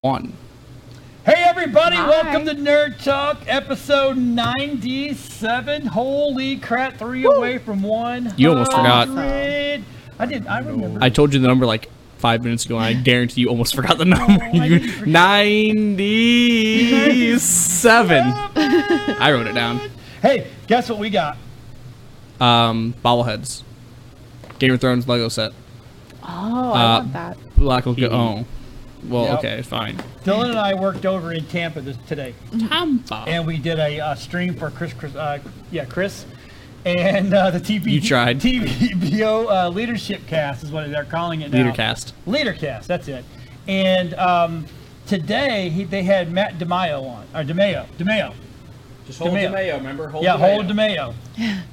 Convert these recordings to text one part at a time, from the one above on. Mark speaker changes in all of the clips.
Speaker 1: one.
Speaker 2: Hey everybody,
Speaker 3: Hi.
Speaker 2: welcome to Nerd Talk, episode 97. Holy crap, three away from one.
Speaker 1: You almost forgot.
Speaker 2: I did, I remember.
Speaker 1: I told you the number like five minutes ago, and I guarantee you almost forgot the number.
Speaker 2: I
Speaker 1: You-
Speaker 2: didn't forget.
Speaker 1: 97. I wrote it down.
Speaker 2: Hey, guess what we got?
Speaker 1: Um, bobbleheads. Game of Thrones Lego set.
Speaker 3: Oh, I
Speaker 1: Uh,
Speaker 3: want that.
Speaker 1: Black will go. Oh. Well,
Speaker 2: Yep.
Speaker 1: okay, fine.
Speaker 2: Dylan and I worked over in Tampa this, today,
Speaker 1: Tampa.
Speaker 2: and we did a uh, stream for Chris, Chris uh, yeah, Chris, and uh, the TP,
Speaker 1: You tried.
Speaker 2: TVBO uh, Leadership Cast is what they're calling it now.
Speaker 1: Leadercast.
Speaker 2: Leadercast, that's it. And um, today he, they had Matt DeMaio on, or DeMaio, DeMaio.
Speaker 4: Just hold
Speaker 2: DeMeo.
Speaker 4: DeMeo, remember? Hold
Speaker 2: yeah,
Speaker 4: DeMeo.
Speaker 2: hold DeMaio.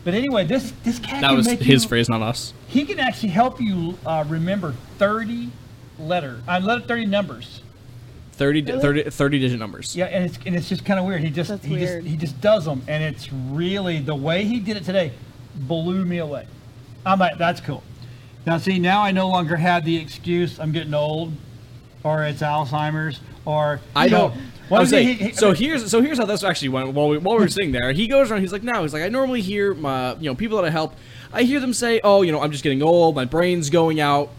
Speaker 2: But anyway, this this cat
Speaker 1: That
Speaker 2: can
Speaker 1: was
Speaker 2: make
Speaker 1: his
Speaker 2: you,
Speaker 1: phrase, not us.
Speaker 2: He can actually help you uh, remember thirty letter, I uh, letter thirty numbers.
Speaker 1: 30, di- 30, 30 digit numbers.
Speaker 2: Yeah, and it's and it's just kind of weird. He just
Speaker 3: That's
Speaker 2: he
Speaker 3: weird.
Speaker 2: just he just does them, and it's really the way he did it today blew me away. I'm like, that's cool. Now see, now I no longer have the excuse I'm getting old, or it's Alzheimer's, or
Speaker 1: I
Speaker 2: you know,
Speaker 1: don't.
Speaker 2: what
Speaker 1: I was
Speaker 2: was it?
Speaker 1: like, so here's so here's how this actually went. While we while we were sitting there, he goes around. He's like, "No." He's like, "I normally hear my you know people that I help. I hear them say, oh, you know, I'm just getting old. My brain's going out.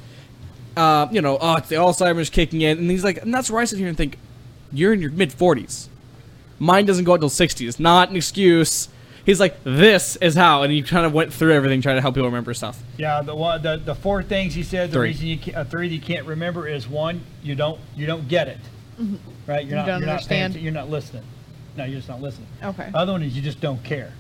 Speaker 1: Uh, you know, oh, it's the Alzheimer's kicking in." And he's like, "And that's where I sit here and think, you're in your mid 40s. Mine doesn't go out till 60. It's not an excuse." He's like, "This is how," and he kind of went through everything, trying to help people remember stuff.
Speaker 2: Yeah, the one, the, the four things he said. The
Speaker 1: Three.
Speaker 2: reason you can't, uh, three that you can't remember is one, you don't you don't get it, right? You're
Speaker 3: Mm-hmm. You
Speaker 2: not
Speaker 3: don't
Speaker 2: you're not
Speaker 3: understand.
Speaker 2: paying, you're not listening. No, you're just not listening.
Speaker 3: Okay.
Speaker 2: Other one is you just don't care.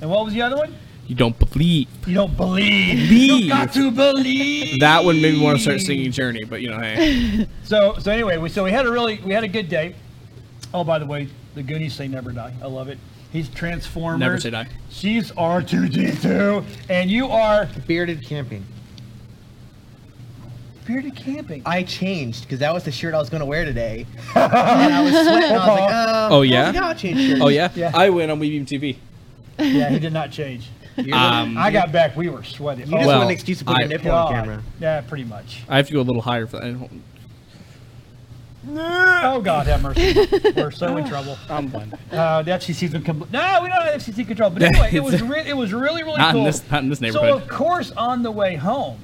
Speaker 2: And what was the other one?
Speaker 1: You don't believe.
Speaker 2: You don't believe. You
Speaker 1: Believe.
Speaker 2: got to believe.
Speaker 1: That one made me want to start singing Journey, but you know, hey,
Speaker 2: So so anyway, we so we had a really we had a good day. Oh, by the way, the Goonies say never die. I love it. He's Transformers.
Speaker 1: never say die.
Speaker 2: She's R2D2, and you are
Speaker 5: Bearded camping.
Speaker 2: bearded camping.
Speaker 5: I changed because that was the shirt I was gonna wear today. and I was sweating. I was like, uh,
Speaker 1: Oh, yeah?
Speaker 5: Now I changed shirts.
Speaker 1: Oh yeah,
Speaker 2: Yeah.
Speaker 1: I win on WeBeam TV.
Speaker 2: yeah, he did not change.
Speaker 5: You're-
Speaker 1: Um,
Speaker 2: I got back. We were sweating. Oh,
Speaker 5: you just
Speaker 1: well,
Speaker 5: want an excuse to put
Speaker 1: I-
Speaker 5: your nipple
Speaker 2: God.
Speaker 5: on camera.
Speaker 2: Yeah, pretty much.
Speaker 1: I have to go a little higher for that.
Speaker 2: Oh God, have mercy. we're so in trouble.
Speaker 1: I'm done.
Speaker 2: Uh, the FCC's been compl- no, we don't have FCC control. But anyway, it was re- it was really really
Speaker 1: Not in
Speaker 2: cool.
Speaker 1: this, not in this
Speaker 2: so
Speaker 1: neighborhood.
Speaker 2: of course, on the way home,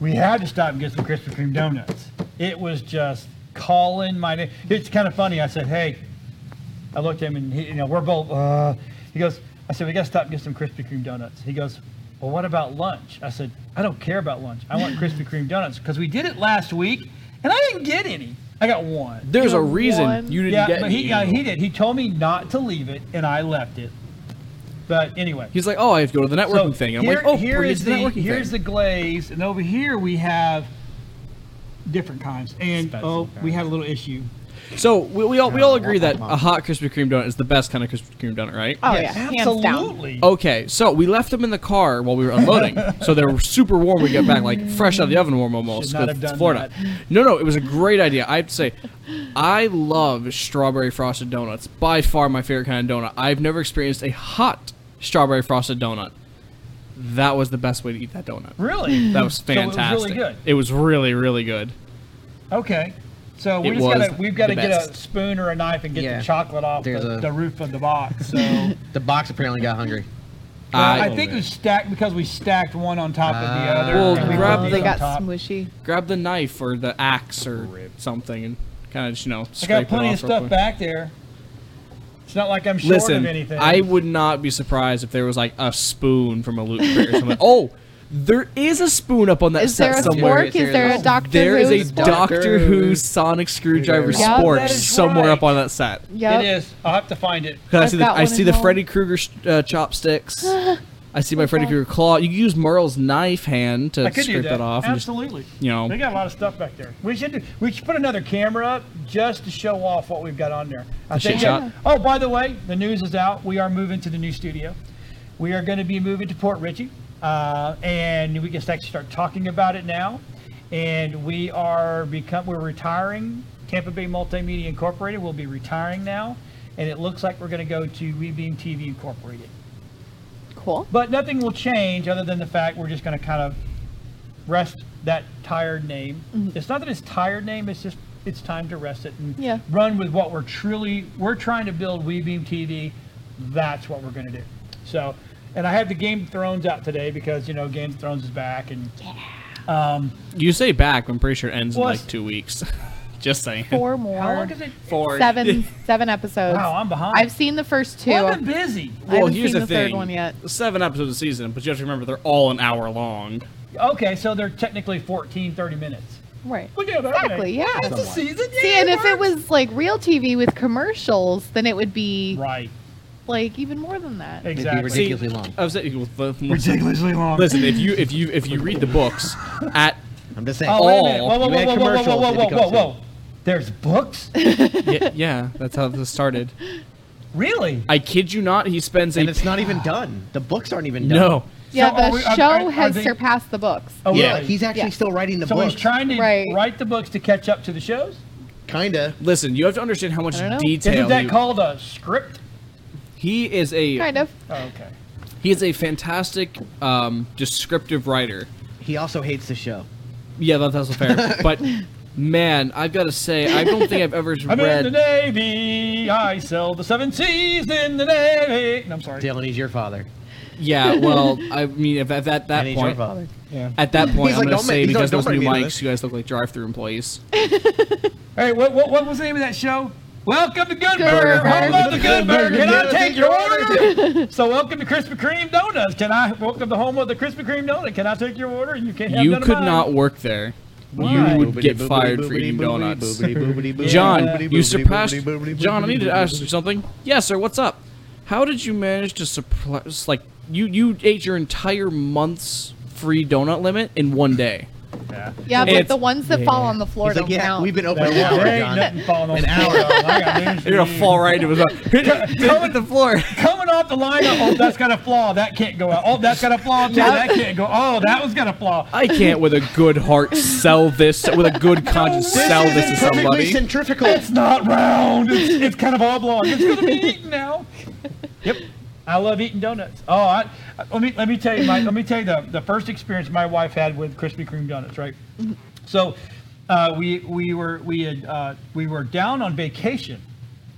Speaker 2: we had to stop and get some Krispy Kreme donuts. It was just calling my name. It's kind of funny. I said, "Hey," I looked at him, and he, you know, we're both. Uh, he goes, "I said we got to stop and get some Krispy Kreme donuts." He goes, "Well, what about lunch?" I said, "I don't care about lunch. I want Krispy Kreme donuts because we did it last week, and I didn't get any. I got one."
Speaker 1: There's a
Speaker 3: You
Speaker 1: reason
Speaker 3: won.
Speaker 1: you didn't
Speaker 2: Yeah,
Speaker 1: get
Speaker 2: but
Speaker 1: any
Speaker 2: he yeah,
Speaker 1: anymore.
Speaker 2: he did. He told me not to leave it, and I left it. But anyway,
Speaker 1: He's like, oh, I have to go to the networking thing. And I'm
Speaker 2: here,
Speaker 1: like, oh,
Speaker 2: here
Speaker 1: we're
Speaker 2: is
Speaker 1: the
Speaker 2: the
Speaker 1: networking
Speaker 2: here's
Speaker 1: thing.
Speaker 2: the glaze, and over here we have different kinds. And
Speaker 4: Special
Speaker 2: oh, we
Speaker 4: kinds.
Speaker 2: had a little issue.
Speaker 1: so we, we all we all agree that
Speaker 5: Oh.
Speaker 1: a hot Krispy Kreme donut is the best kind of Krispy Kreme donut, right?
Speaker 3: Oh
Speaker 2: Yes,
Speaker 3: yeah, hands down.
Speaker 2: absolutely.
Speaker 1: Okay, so we left them in the car while we were unloading, so they were super warm. We got back like fresh out of the oven, warm almost.
Speaker 2: Should not
Speaker 1: 'cause
Speaker 2: have
Speaker 1: it's
Speaker 2: done
Speaker 1: Florida. No, no, it was a great idea. I have to say, I love strawberry frosted donuts. By far, my favorite kind of donut. I've never experienced a hot strawberry frosted donut. That was the best way to eat that donut.
Speaker 2: Really?
Speaker 1: That was
Speaker 2: So it was really
Speaker 1: fantastic.
Speaker 2: good.
Speaker 1: It was really, really good.
Speaker 2: Okay. So we
Speaker 1: It
Speaker 2: just
Speaker 1: was
Speaker 2: gotta we've gotta
Speaker 1: the
Speaker 2: get a
Speaker 1: best.
Speaker 2: spoon or a knife and get
Speaker 5: Yeah.
Speaker 2: the chocolate off
Speaker 5: There's
Speaker 2: the,
Speaker 5: a-
Speaker 2: the roof of the box. So Well,
Speaker 5: The box apparently got hungry.
Speaker 2: I,
Speaker 1: I-
Speaker 2: think we stacked because we stacked one on top of the other.
Speaker 1: Well,
Speaker 2: and we
Speaker 1: grab
Speaker 2: put
Speaker 3: Oh,
Speaker 1: the-
Speaker 2: these
Speaker 3: they
Speaker 2: on
Speaker 3: got
Speaker 2: top.
Speaker 3: smushy.
Speaker 1: Grab the knife or the axe or something and kind of just, you know,
Speaker 2: I
Speaker 1: scrape
Speaker 2: got plenty
Speaker 1: it off
Speaker 2: of
Speaker 1: real
Speaker 2: stuff
Speaker 1: quick.
Speaker 2: back there. It's not like I'm short of
Speaker 1: Listen,
Speaker 2: anything.
Speaker 1: I would not be surprised if there was like a spoon from a loot crate or something. oh, there is a spoon up on that
Speaker 3: Is
Speaker 1: set
Speaker 3: there a
Speaker 1: somewhere.
Speaker 3: spork? Is there a Doctor
Speaker 1: There is
Speaker 3: Who?
Speaker 1: a Doctor Who sonic screwdriver
Speaker 3: Yep, that
Speaker 1: spork
Speaker 2: is
Speaker 1: somewhere
Speaker 2: right.
Speaker 1: up on that set.
Speaker 3: Yep.
Speaker 2: It is. I'll have to find it.
Speaker 1: 'Cause I
Speaker 3: I've
Speaker 1: see the,
Speaker 3: got
Speaker 1: I
Speaker 3: one
Speaker 1: see
Speaker 3: at
Speaker 1: the
Speaker 3: home.
Speaker 1: Freddy Krueger uh, chopsticks. I see my Freddy
Speaker 3: Okay.
Speaker 1: Krueger claw. You can use Merle's knife hand to
Speaker 2: I could
Speaker 1: scrape
Speaker 2: do that.
Speaker 1: that off. and just,
Speaker 2: Absolutely.
Speaker 1: you know.
Speaker 2: They got a lot of stuff back there. We should do, we should put another camera up just to show off what we've got on there. I
Speaker 1: The shit shot.
Speaker 2: Oh, by the way, the news is out. We are moving to the new studio. We are going to be moving to Port Richey, uh, and we can actually start talking about it now. And we are become we're retiring Tampa Bay Multimedia Incorporated. will be retiring now, and it looks like we're going to go to WeBeam TV Incorporated.
Speaker 3: Cool.
Speaker 2: But nothing will change other than the fact we're just
Speaker 3: Mm-hmm.
Speaker 2: going to kind of rest that tired name. It's not that it's tired name; it's just it's time to rest it and
Speaker 3: Yeah.
Speaker 2: run with what we're truly we're trying to build. WeBeam TV, that's what we're going to do. So, and I have the Game of Thrones out today because you know Game of Thrones is back and
Speaker 1: You say back, I'm pretty sure it ends
Speaker 2: Well,
Speaker 1: in like
Speaker 2: it's-
Speaker 1: two weeks. Just saying.
Speaker 3: Four
Speaker 2: how
Speaker 3: more.
Speaker 2: long does it?
Speaker 1: Four.
Speaker 3: Seven seven episodes.
Speaker 2: Wow, I'm behind.
Speaker 3: I've seen the first two.
Speaker 2: Well, I've been busy.
Speaker 1: Well,
Speaker 3: haven't
Speaker 1: here's
Speaker 3: seen
Speaker 1: the
Speaker 3: the third
Speaker 1: thing.
Speaker 3: one yet.
Speaker 1: Seven episodes a season, but you have to remember they're all an hour long.
Speaker 2: Okay, so they're technically 14, 30 minutes.
Speaker 3: right.
Speaker 2: Well, yeah, that-
Speaker 3: Exactly, yeah.
Speaker 2: That's a season.
Speaker 3: See,
Speaker 2: yeah,
Speaker 3: and if it
Speaker 2: works.
Speaker 3: was like real TV with commercials, then it would be
Speaker 2: right,
Speaker 3: like even more than that.
Speaker 2: exactly.
Speaker 5: ridiculous. Ridiculously long.
Speaker 1: I was saying, listen,
Speaker 2: ridiculously long.
Speaker 1: if you if you if you read the books at
Speaker 5: I'm just saying.
Speaker 2: Oh, wait a minute.
Speaker 1: all-
Speaker 2: Whoa, whoa,
Speaker 5: you
Speaker 2: whoa,
Speaker 5: add
Speaker 2: whoa, whoa, whoa,
Speaker 5: commercials,
Speaker 2: whoa,
Speaker 5: it
Speaker 2: whoa, whoa,
Speaker 5: becomes
Speaker 2: whoa. There's books?
Speaker 1: yeah, yeah, that's how this started.
Speaker 2: Really?
Speaker 1: I kid you not, he spends
Speaker 5: And
Speaker 1: a
Speaker 5: it's not even done. The books aren't even done.
Speaker 1: no.
Speaker 3: Yeah,
Speaker 2: So
Speaker 3: the
Speaker 2: are we- are-
Speaker 3: show
Speaker 2: are- are
Speaker 3: has
Speaker 2: they-
Speaker 3: surpassed the books.
Speaker 2: Oh,
Speaker 5: Yeah,
Speaker 2: really?
Speaker 5: he's actually
Speaker 3: Yeah.
Speaker 5: still writing the
Speaker 2: so
Speaker 5: books.
Speaker 2: he's trying to
Speaker 3: Right.
Speaker 2: write the books to catch up to the shows?
Speaker 5: Kinda.
Speaker 1: Listen, you have to understand how much
Speaker 3: I don't know.
Speaker 1: detail
Speaker 2: Isn't that
Speaker 1: you-
Speaker 2: called a script?
Speaker 1: he is a
Speaker 3: Kind of.
Speaker 2: Oh, okay.
Speaker 1: he is a fantastic um, descriptive writer.
Speaker 5: He also hates the show.
Speaker 1: Yeah, that, that's fair. but man, I've got to say, I don't think I've ever
Speaker 2: I'm in
Speaker 1: read.
Speaker 2: the Navy. I sail the seven seas in the Navy. No, I'm sorry.
Speaker 5: Dylan, he's your father.
Speaker 1: Yeah, well, I mean, if at that,
Speaker 5: and
Speaker 1: that
Speaker 5: he's your
Speaker 1: point,
Speaker 5: father.
Speaker 2: Yeah.
Speaker 1: At that point,
Speaker 5: He's
Speaker 1: I'm
Speaker 5: like,
Speaker 1: gonna
Speaker 5: "Don't
Speaker 1: say
Speaker 5: make- he's
Speaker 1: because
Speaker 5: like, "Don't
Speaker 1: those new
Speaker 5: make me do
Speaker 1: mics,
Speaker 5: this."
Speaker 1: you guys look like drive-through employees.
Speaker 2: Hey, what, what, what was the name of that show? Welcome to Good Burger.
Speaker 3: Burger.
Speaker 2: Home of the Good Burger. Can I take your order?
Speaker 5: order?
Speaker 2: so welcome to Krispy Kreme Donuts. Can I welcome to home of the Krispy Kreme Donut? Can I take your order? And you can't have
Speaker 1: you
Speaker 2: none of
Speaker 1: could
Speaker 2: mine.
Speaker 1: not work there.
Speaker 2: Why?
Speaker 1: You would get fired for eating donuts. John, you surpassed. John, I need to ask you something. Yes, sir. What's up? How did you manage to surprise? Like you, you ate your entire month's free donut limit in one day.
Speaker 2: Yeah.
Speaker 3: Yeah,
Speaker 1: It's-
Speaker 3: but the ones that fall on the floor
Speaker 5: He's
Speaker 3: don't
Speaker 5: like, yeah,
Speaker 3: count.
Speaker 5: we've been open an hour,
Speaker 2: There ain't
Speaker 5: John.
Speaker 2: nothing falling off
Speaker 5: An
Speaker 2: the
Speaker 5: hour.
Speaker 2: floor. I got news for
Speaker 1: You're gonna
Speaker 2: you.
Speaker 1: fall right into the
Speaker 2: Come
Speaker 1: hit the floor.
Speaker 2: Coming off the line, oh, that's got a flaw. That can't go out. Oh, that's got a flaw. too. That can't go. Oh, that was got a flaw.
Speaker 1: I can't, with a good heart, sell this. With a good conscience, sell this to
Speaker 5: is perfectly
Speaker 1: somebody.
Speaker 5: centrifugal.
Speaker 2: It's not round. It's, it's kind of oblong. It's gonna be eaten now. Yep. I love eating donuts. Oh, I, I- let me let me tell you my let me tell you the, the first experience my wife had with Krispy Kreme donuts. Right. So, uh, we we were we had uh, we were down on vacation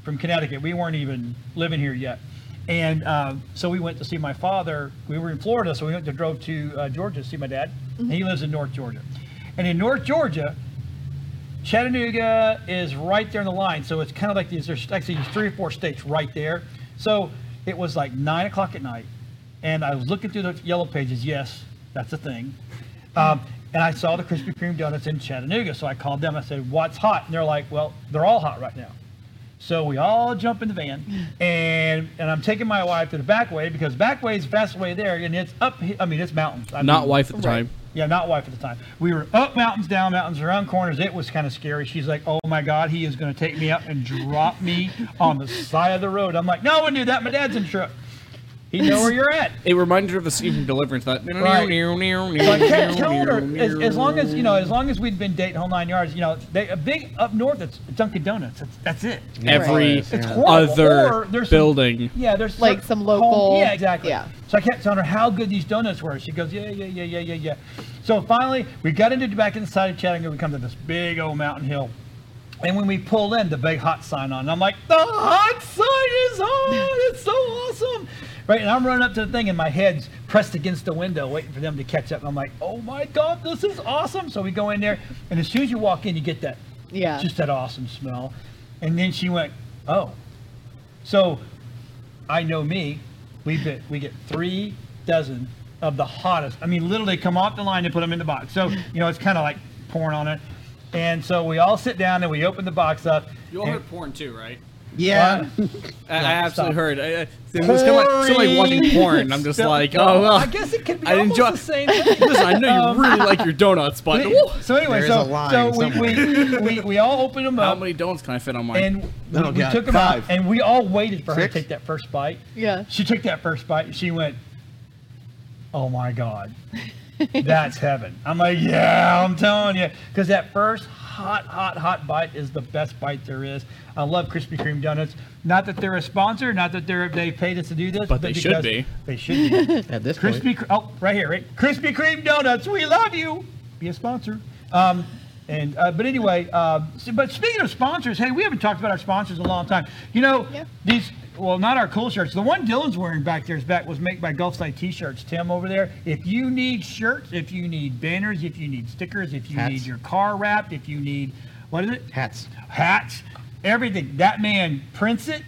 Speaker 2: from Connecticut. We weren't even living here yet, and uh, so we went to see my father. We were in Florida, so we went to drove to uh, Georgia to see my dad. And he lives in North Georgia, and in North Georgia, Chattanooga is right there in the line, so it's kind of like these. There's actually three or four states right there. So it was like nine o'clock at night, and I was looking through the yellow pages. Yes, that's a thing. Um, and I saw the Krispy Kreme donuts in Chattanooga, so I called them. I said, "What's hot?" And they're like, "Well, they're all hot right now." So we all jump in the van, and and I'm taking my wife to the back way because back way is the fastest way there, and it's up. I mean, it's mountains. I
Speaker 1: Not
Speaker 2: mean,
Speaker 1: wife at the time.
Speaker 2: yeah, not wife at the time. We were up mountains, down mountains, around corners. It was kind of scary. She's like, "Oh my God, he is going to take me out and drop me on the side of the road." I'm like, "No, I wouldn't do that. My dad's in the truck. He know where you're at."
Speaker 1: It reminded her of the scene from Deliverance. That
Speaker 2: Right. So I kept telling her, as, as long as you know, as long as we'd been dating whole nine yards, you know, they a big up north. It's Dunkin' Donuts. That's, that's it.
Speaker 1: every
Speaker 5: It's
Speaker 2: It's horrible.
Speaker 1: other
Speaker 2: Or there's some-
Speaker 1: building.
Speaker 2: yeah, there's
Speaker 3: Like
Speaker 2: cer-
Speaker 3: some
Speaker 2: home-
Speaker 3: local-
Speaker 2: yeah, exactly.
Speaker 3: yeah.
Speaker 2: So I kept telling her how good these donuts were. She goes, yeah, yeah, yeah, yeah, yeah, yeah. So finally, we got into the back inside of Chattanooga. We come to this big old mountain hill, and when we pull in, the big hot sign on. And I'm like, the hot sign is on. It's so awesome. Right, and I'm running up to the thing, and my head's pressed against the window, waiting for them to catch up. And I'm like, "Oh my God, this is awesome!" So we go in there, and as soon as you walk in, you get that
Speaker 3: yeah.
Speaker 2: just that awesome smell. And then she went, oh. So I know me. We get, we get three dozen of the hottest. I mean, literally come off the line and put them in the box. So, you know, it's kind of like pouring on it. And so we all sit down and we open the box up.
Speaker 1: You all
Speaker 2: and-
Speaker 1: heard porn too, right?
Speaker 5: yeah.
Speaker 1: I, I absolutely
Speaker 2: stop.
Speaker 1: heard. I, I, it was kind of like, sort of like watching porn. I'm just
Speaker 2: Still-
Speaker 1: like, oh, well.
Speaker 2: I guess it could be
Speaker 1: I
Speaker 2: almost
Speaker 1: enjoy-
Speaker 2: the same thing.
Speaker 1: Listen, I know
Speaker 5: Um,
Speaker 1: you really like your donuts, but Ooh.
Speaker 2: so anyway,
Speaker 5: There is
Speaker 2: so,
Speaker 5: a line
Speaker 2: so we, we, we, we all open them
Speaker 1: how
Speaker 2: up.
Speaker 1: many donuts can I fit on mine?
Speaker 2: and we,
Speaker 5: Oh,
Speaker 2: we
Speaker 5: God.
Speaker 2: took them out,
Speaker 5: Five.
Speaker 2: and we all waited for her to
Speaker 5: Six.
Speaker 2: take that first bite.
Speaker 3: Yeah.
Speaker 2: She took that first bite, and she went, "Oh my God, that's heaven!" I'm like, "Yeah, I'm telling you," because that first hot, hot, hot bite is the best bite there is. I love Krispy Kreme donuts. Not that they're a sponsor, not that they're they paid us to do this,
Speaker 1: But they should
Speaker 2: because
Speaker 1: be.
Speaker 2: They should be.
Speaker 5: At this point.
Speaker 2: Krispy Kreme. Oh, right here, right? Krispy Kreme donuts. We love you. Be a sponsor. Um, And uh, but anyway, uh, so- but speaking of sponsors, hey, we haven't talked about our sponsors in a long time. You know,
Speaker 3: Yeah.
Speaker 2: these well, not our cool shirts. The one Dylan's wearing back there is back was made by Gulfside T-shirts. Tim over there. If you need shirts, if you need banners, if you need stickers, if you
Speaker 5: Hats.
Speaker 2: need your car wrapped, if you need what is it?
Speaker 5: Hats,
Speaker 2: Hats, everything. That man prints it,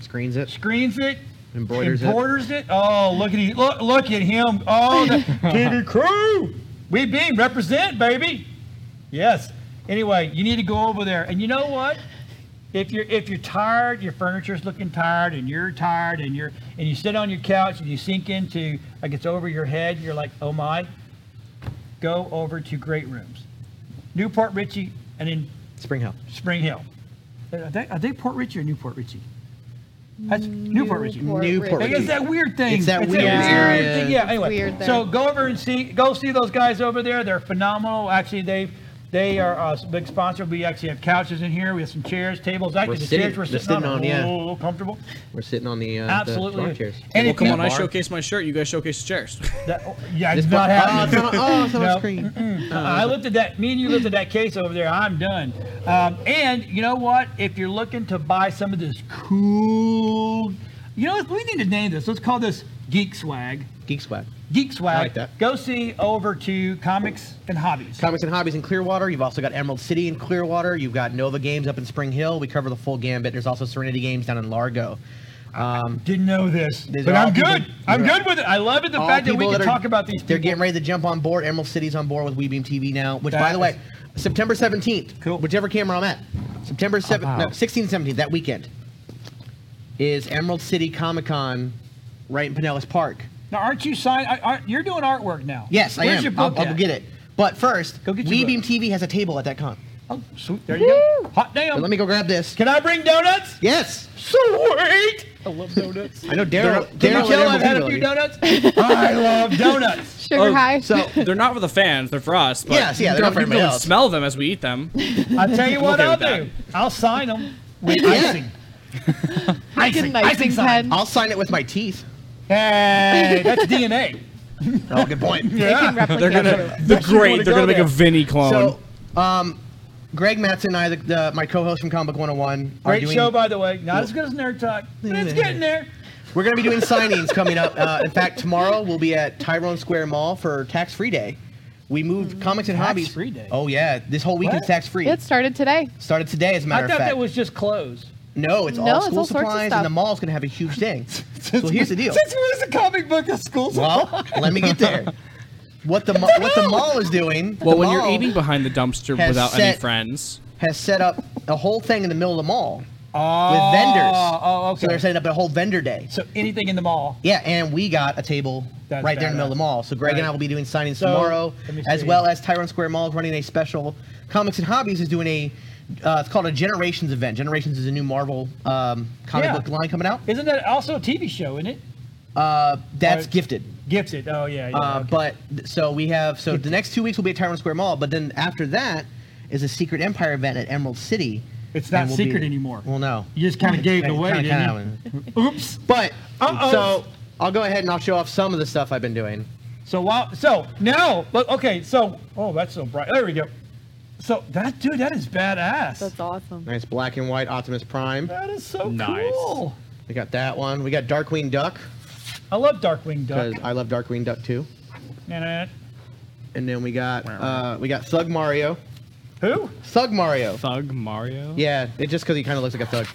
Speaker 5: screens it.
Speaker 2: screens it,
Speaker 5: Embroiders it.
Speaker 2: embroiders it. Oh, look at he, look look at him. Oh, the TV crew. We beam represent, baby. Yes. Anyway, you need to go over there, and you know what? If you're if you're tired, your furniture's looking tired, and you're tired, and you're and you sit on your couch and you sink into like it's over your head, you're like, oh my. Go over to Great Rooms, Newport Richie, and then
Speaker 5: Spring Hill.
Speaker 2: Spring Hill. Are they, are they Port Richie or Newport Richie? That's Newport Richie.
Speaker 3: Newport
Speaker 5: Newport
Speaker 2: Like,
Speaker 3: Richie.
Speaker 2: it's that weird thing.
Speaker 5: It's that
Speaker 2: weird,
Speaker 5: weird
Speaker 2: weird
Speaker 5: thing.
Speaker 2: thing. Yeah. Anyway,
Speaker 3: weird there.
Speaker 2: so go over and see, go see those guys over there. They're phenomenal. Actually, they they are a big sponsor. We actually have couches in here. We have some chairs, tables. Actually,
Speaker 5: We're
Speaker 2: the
Speaker 5: sitting-
Speaker 2: chairs we're
Speaker 5: they're
Speaker 2: sitting, on,
Speaker 5: sitting on, yeah.
Speaker 2: are a little comfortable.
Speaker 5: We're sitting on the, uh,
Speaker 2: Absolutely.
Speaker 5: the lawn chairs.
Speaker 2: And
Speaker 1: Well,
Speaker 2: if
Speaker 1: come
Speaker 2: you-
Speaker 1: on, I
Speaker 5: Bar.
Speaker 1: showcase my shirt. You guys showcase the chairs.
Speaker 2: That, oh, yeah,
Speaker 5: This
Speaker 2: it's not
Speaker 5: part-
Speaker 2: happening.
Speaker 5: Oh, it's on, oh, it's on
Speaker 2: No.
Speaker 5: a screen.
Speaker 2: Uh, I looked at that. Me and you looked at that case over there. I'm done. Um, and you know what? If you're looking to buy some of this cool, you know, what? we need to name this. Let's call this geek swag.
Speaker 5: Geek Swag.
Speaker 2: Geek swag.
Speaker 5: I like that.
Speaker 2: Go see over to comics and hobbies.
Speaker 5: Comics and Hobbies in Clearwater. You've also got Emerald City in Clearwater. You've got Nova Games up in Spring Hill. We cover the full gambit. There's also Serenity Games down in Largo. Um,
Speaker 2: Didn't know this,
Speaker 5: These
Speaker 2: but
Speaker 5: are all
Speaker 2: I'm good.
Speaker 5: people-
Speaker 2: I'm
Speaker 5: you're-
Speaker 2: good with it. I love it. The
Speaker 5: all
Speaker 2: fact that we
Speaker 5: people
Speaker 2: can
Speaker 5: that are-
Speaker 2: talk about these.
Speaker 5: They're
Speaker 2: people.
Speaker 5: getting ready to jump on board. Emerald City's on board with WeBeam TV now, which, by the
Speaker 2: That
Speaker 5: way, September 17th,
Speaker 2: Cool.
Speaker 5: whichever camera I'm at, September 7th,
Speaker 2: wow.
Speaker 5: no, 16th, 17th, that weekend, is Emerald City Comic Con right in Pinellas Park.
Speaker 2: Now, aren't you sign? I- Aren't, you're doing artwork now.
Speaker 5: Yes,
Speaker 2: Where's
Speaker 5: I am.
Speaker 2: Your book
Speaker 5: I'll, I'll
Speaker 2: at?
Speaker 5: get it. But first,
Speaker 2: Go get your
Speaker 5: WeBeam
Speaker 2: book.
Speaker 5: TV has a table at that con.
Speaker 2: Oh, sweet. There you go.
Speaker 3: Woo!
Speaker 2: Hot damn.
Speaker 5: But let me go grab this.
Speaker 2: Can I bring donuts?
Speaker 5: Yes.
Speaker 2: Sweet. I love donuts.
Speaker 5: I know Daryl.
Speaker 2: Can you
Speaker 5: Daryl
Speaker 2: tell I've had a few donuts? I love donuts.
Speaker 3: Sugar
Speaker 1: Oh,
Speaker 3: high.
Speaker 5: So
Speaker 1: they're not for the fans. They're for us. But
Speaker 5: Yes, yeah,
Speaker 1: you
Speaker 5: they're not
Speaker 1: can-
Speaker 5: for
Speaker 1: you
Speaker 5: anybody
Speaker 1: can
Speaker 5: else.
Speaker 1: Smell them as we eat them.
Speaker 2: I'll tell you what
Speaker 1: okay
Speaker 2: I'll
Speaker 1: with
Speaker 2: do. I'll sign them with
Speaker 5: Yeah.
Speaker 2: icing.
Speaker 3: Get an icing pen.
Speaker 5: I'll sign it with my teeth.
Speaker 2: Hey, that's DNA.
Speaker 5: Oh, good point.
Speaker 3: They can replicate
Speaker 1: They're gonna.
Speaker 3: it.
Speaker 1: They're
Speaker 5: wanna
Speaker 1: great. They're
Speaker 5: go
Speaker 1: gonna make a
Speaker 5: there.
Speaker 1: Vinny clone.
Speaker 5: So, um, Greg Matson and I, the, the, my co-host from Comic Book 101, are
Speaker 2: Great
Speaker 5: doing,
Speaker 2: show, by the way. Not as good as Nerd Talk, but it's getting there.
Speaker 5: we're going to be doing signings coming up. Uh, in fact, tomorrow we'll be at Tyrone Square Mall for Tax Free Day. We moved comics and hobbies.
Speaker 2: Tax-free day?
Speaker 5: Oh yeah, this whole weekend's
Speaker 2: What?
Speaker 5: tax free.
Speaker 3: It started today.
Speaker 5: Started today, as a
Speaker 2: I
Speaker 5: matter
Speaker 2: thought
Speaker 5: of fact.
Speaker 2: that was just clothes.
Speaker 5: no, it's
Speaker 3: No,
Speaker 5: all
Speaker 3: it's
Speaker 5: school
Speaker 3: all sorts of
Speaker 5: supplies,
Speaker 3: stuff.
Speaker 5: and the mall's going to have a huge thing. so here's the deal.
Speaker 2: Since when is a comic book a school
Speaker 5: Well, let me get there. What the ma- what the mall is doing?
Speaker 1: well,
Speaker 5: the
Speaker 1: when you're
Speaker 5: mall
Speaker 1: eating behind the dumpster
Speaker 5: has
Speaker 1: without any
Speaker 5: set-
Speaker 1: friends,
Speaker 5: has set up a whole thing in the middle of the mall
Speaker 2: Oh,
Speaker 5: with vendors.
Speaker 2: Oh,
Speaker 5: So
Speaker 2: okay.
Speaker 5: they're
Speaker 2: So,
Speaker 5: setting up a whole vendor day.
Speaker 2: anything in the mall.
Speaker 5: Yeah, and we got a table
Speaker 2: That's
Speaker 5: right there in the middle of the
Speaker 2: badass.
Speaker 5: mall. So Greg and I
Speaker 2: Right.
Speaker 5: will be doing signings
Speaker 2: So,
Speaker 5: tomorrow,
Speaker 2: let me
Speaker 5: as
Speaker 2: see.
Speaker 5: well as Tyrone Square Mall is running a special. Comics and Hobbies is doing a. Uh, it's called a Generations event. Generations is a new Marvel um, comic
Speaker 2: Yeah.
Speaker 5: book line coming out.
Speaker 2: Isn't that also a TV show, isn't it?
Speaker 5: Uh, that's
Speaker 2: Alright.
Speaker 5: gifted.
Speaker 2: Gifted. Oh, yeah. yeah
Speaker 5: Uh,
Speaker 2: okay.
Speaker 5: But th- so we have so the next two weeks will be at Tyrone Square Mall, but then after that is a Secret Empire event at Emerald City.
Speaker 2: It's not
Speaker 5: and we'll
Speaker 2: secret anymore.
Speaker 5: Well, no.
Speaker 2: You just kind of gave it
Speaker 5: Kinda-
Speaker 2: away,
Speaker 5: kinda-
Speaker 2: didn't
Speaker 5: kinda-
Speaker 2: you? Oops.
Speaker 5: But
Speaker 2: Uh-oh.
Speaker 5: so I'll go ahead and I'll show off some of the stuff I've been doing.
Speaker 2: So wow. So now, look. Okay. So oh, that's so bright. There we go. So that dude, that is badass.
Speaker 3: That's awesome.
Speaker 5: Nice black and white Optimus Prime.
Speaker 2: that is so
Speaker 1: Nice.
Speaker 2: cool.
Speaker 5: We got that one. We got Darkwing Duck
Speaker 2: I love Darkwing Duck.
Speaker 5: because I love Darkwing Duck too.
Speaker 2: Nah, nah.
Speaker 5: And then we got uh, we got Thug Mario.
Speaker 2: Who?
Speaker 5: Thug Mario.
Speaker 4: Thug Mario.
Speaker 5: Yeah, it just because he kind of looks like a thug.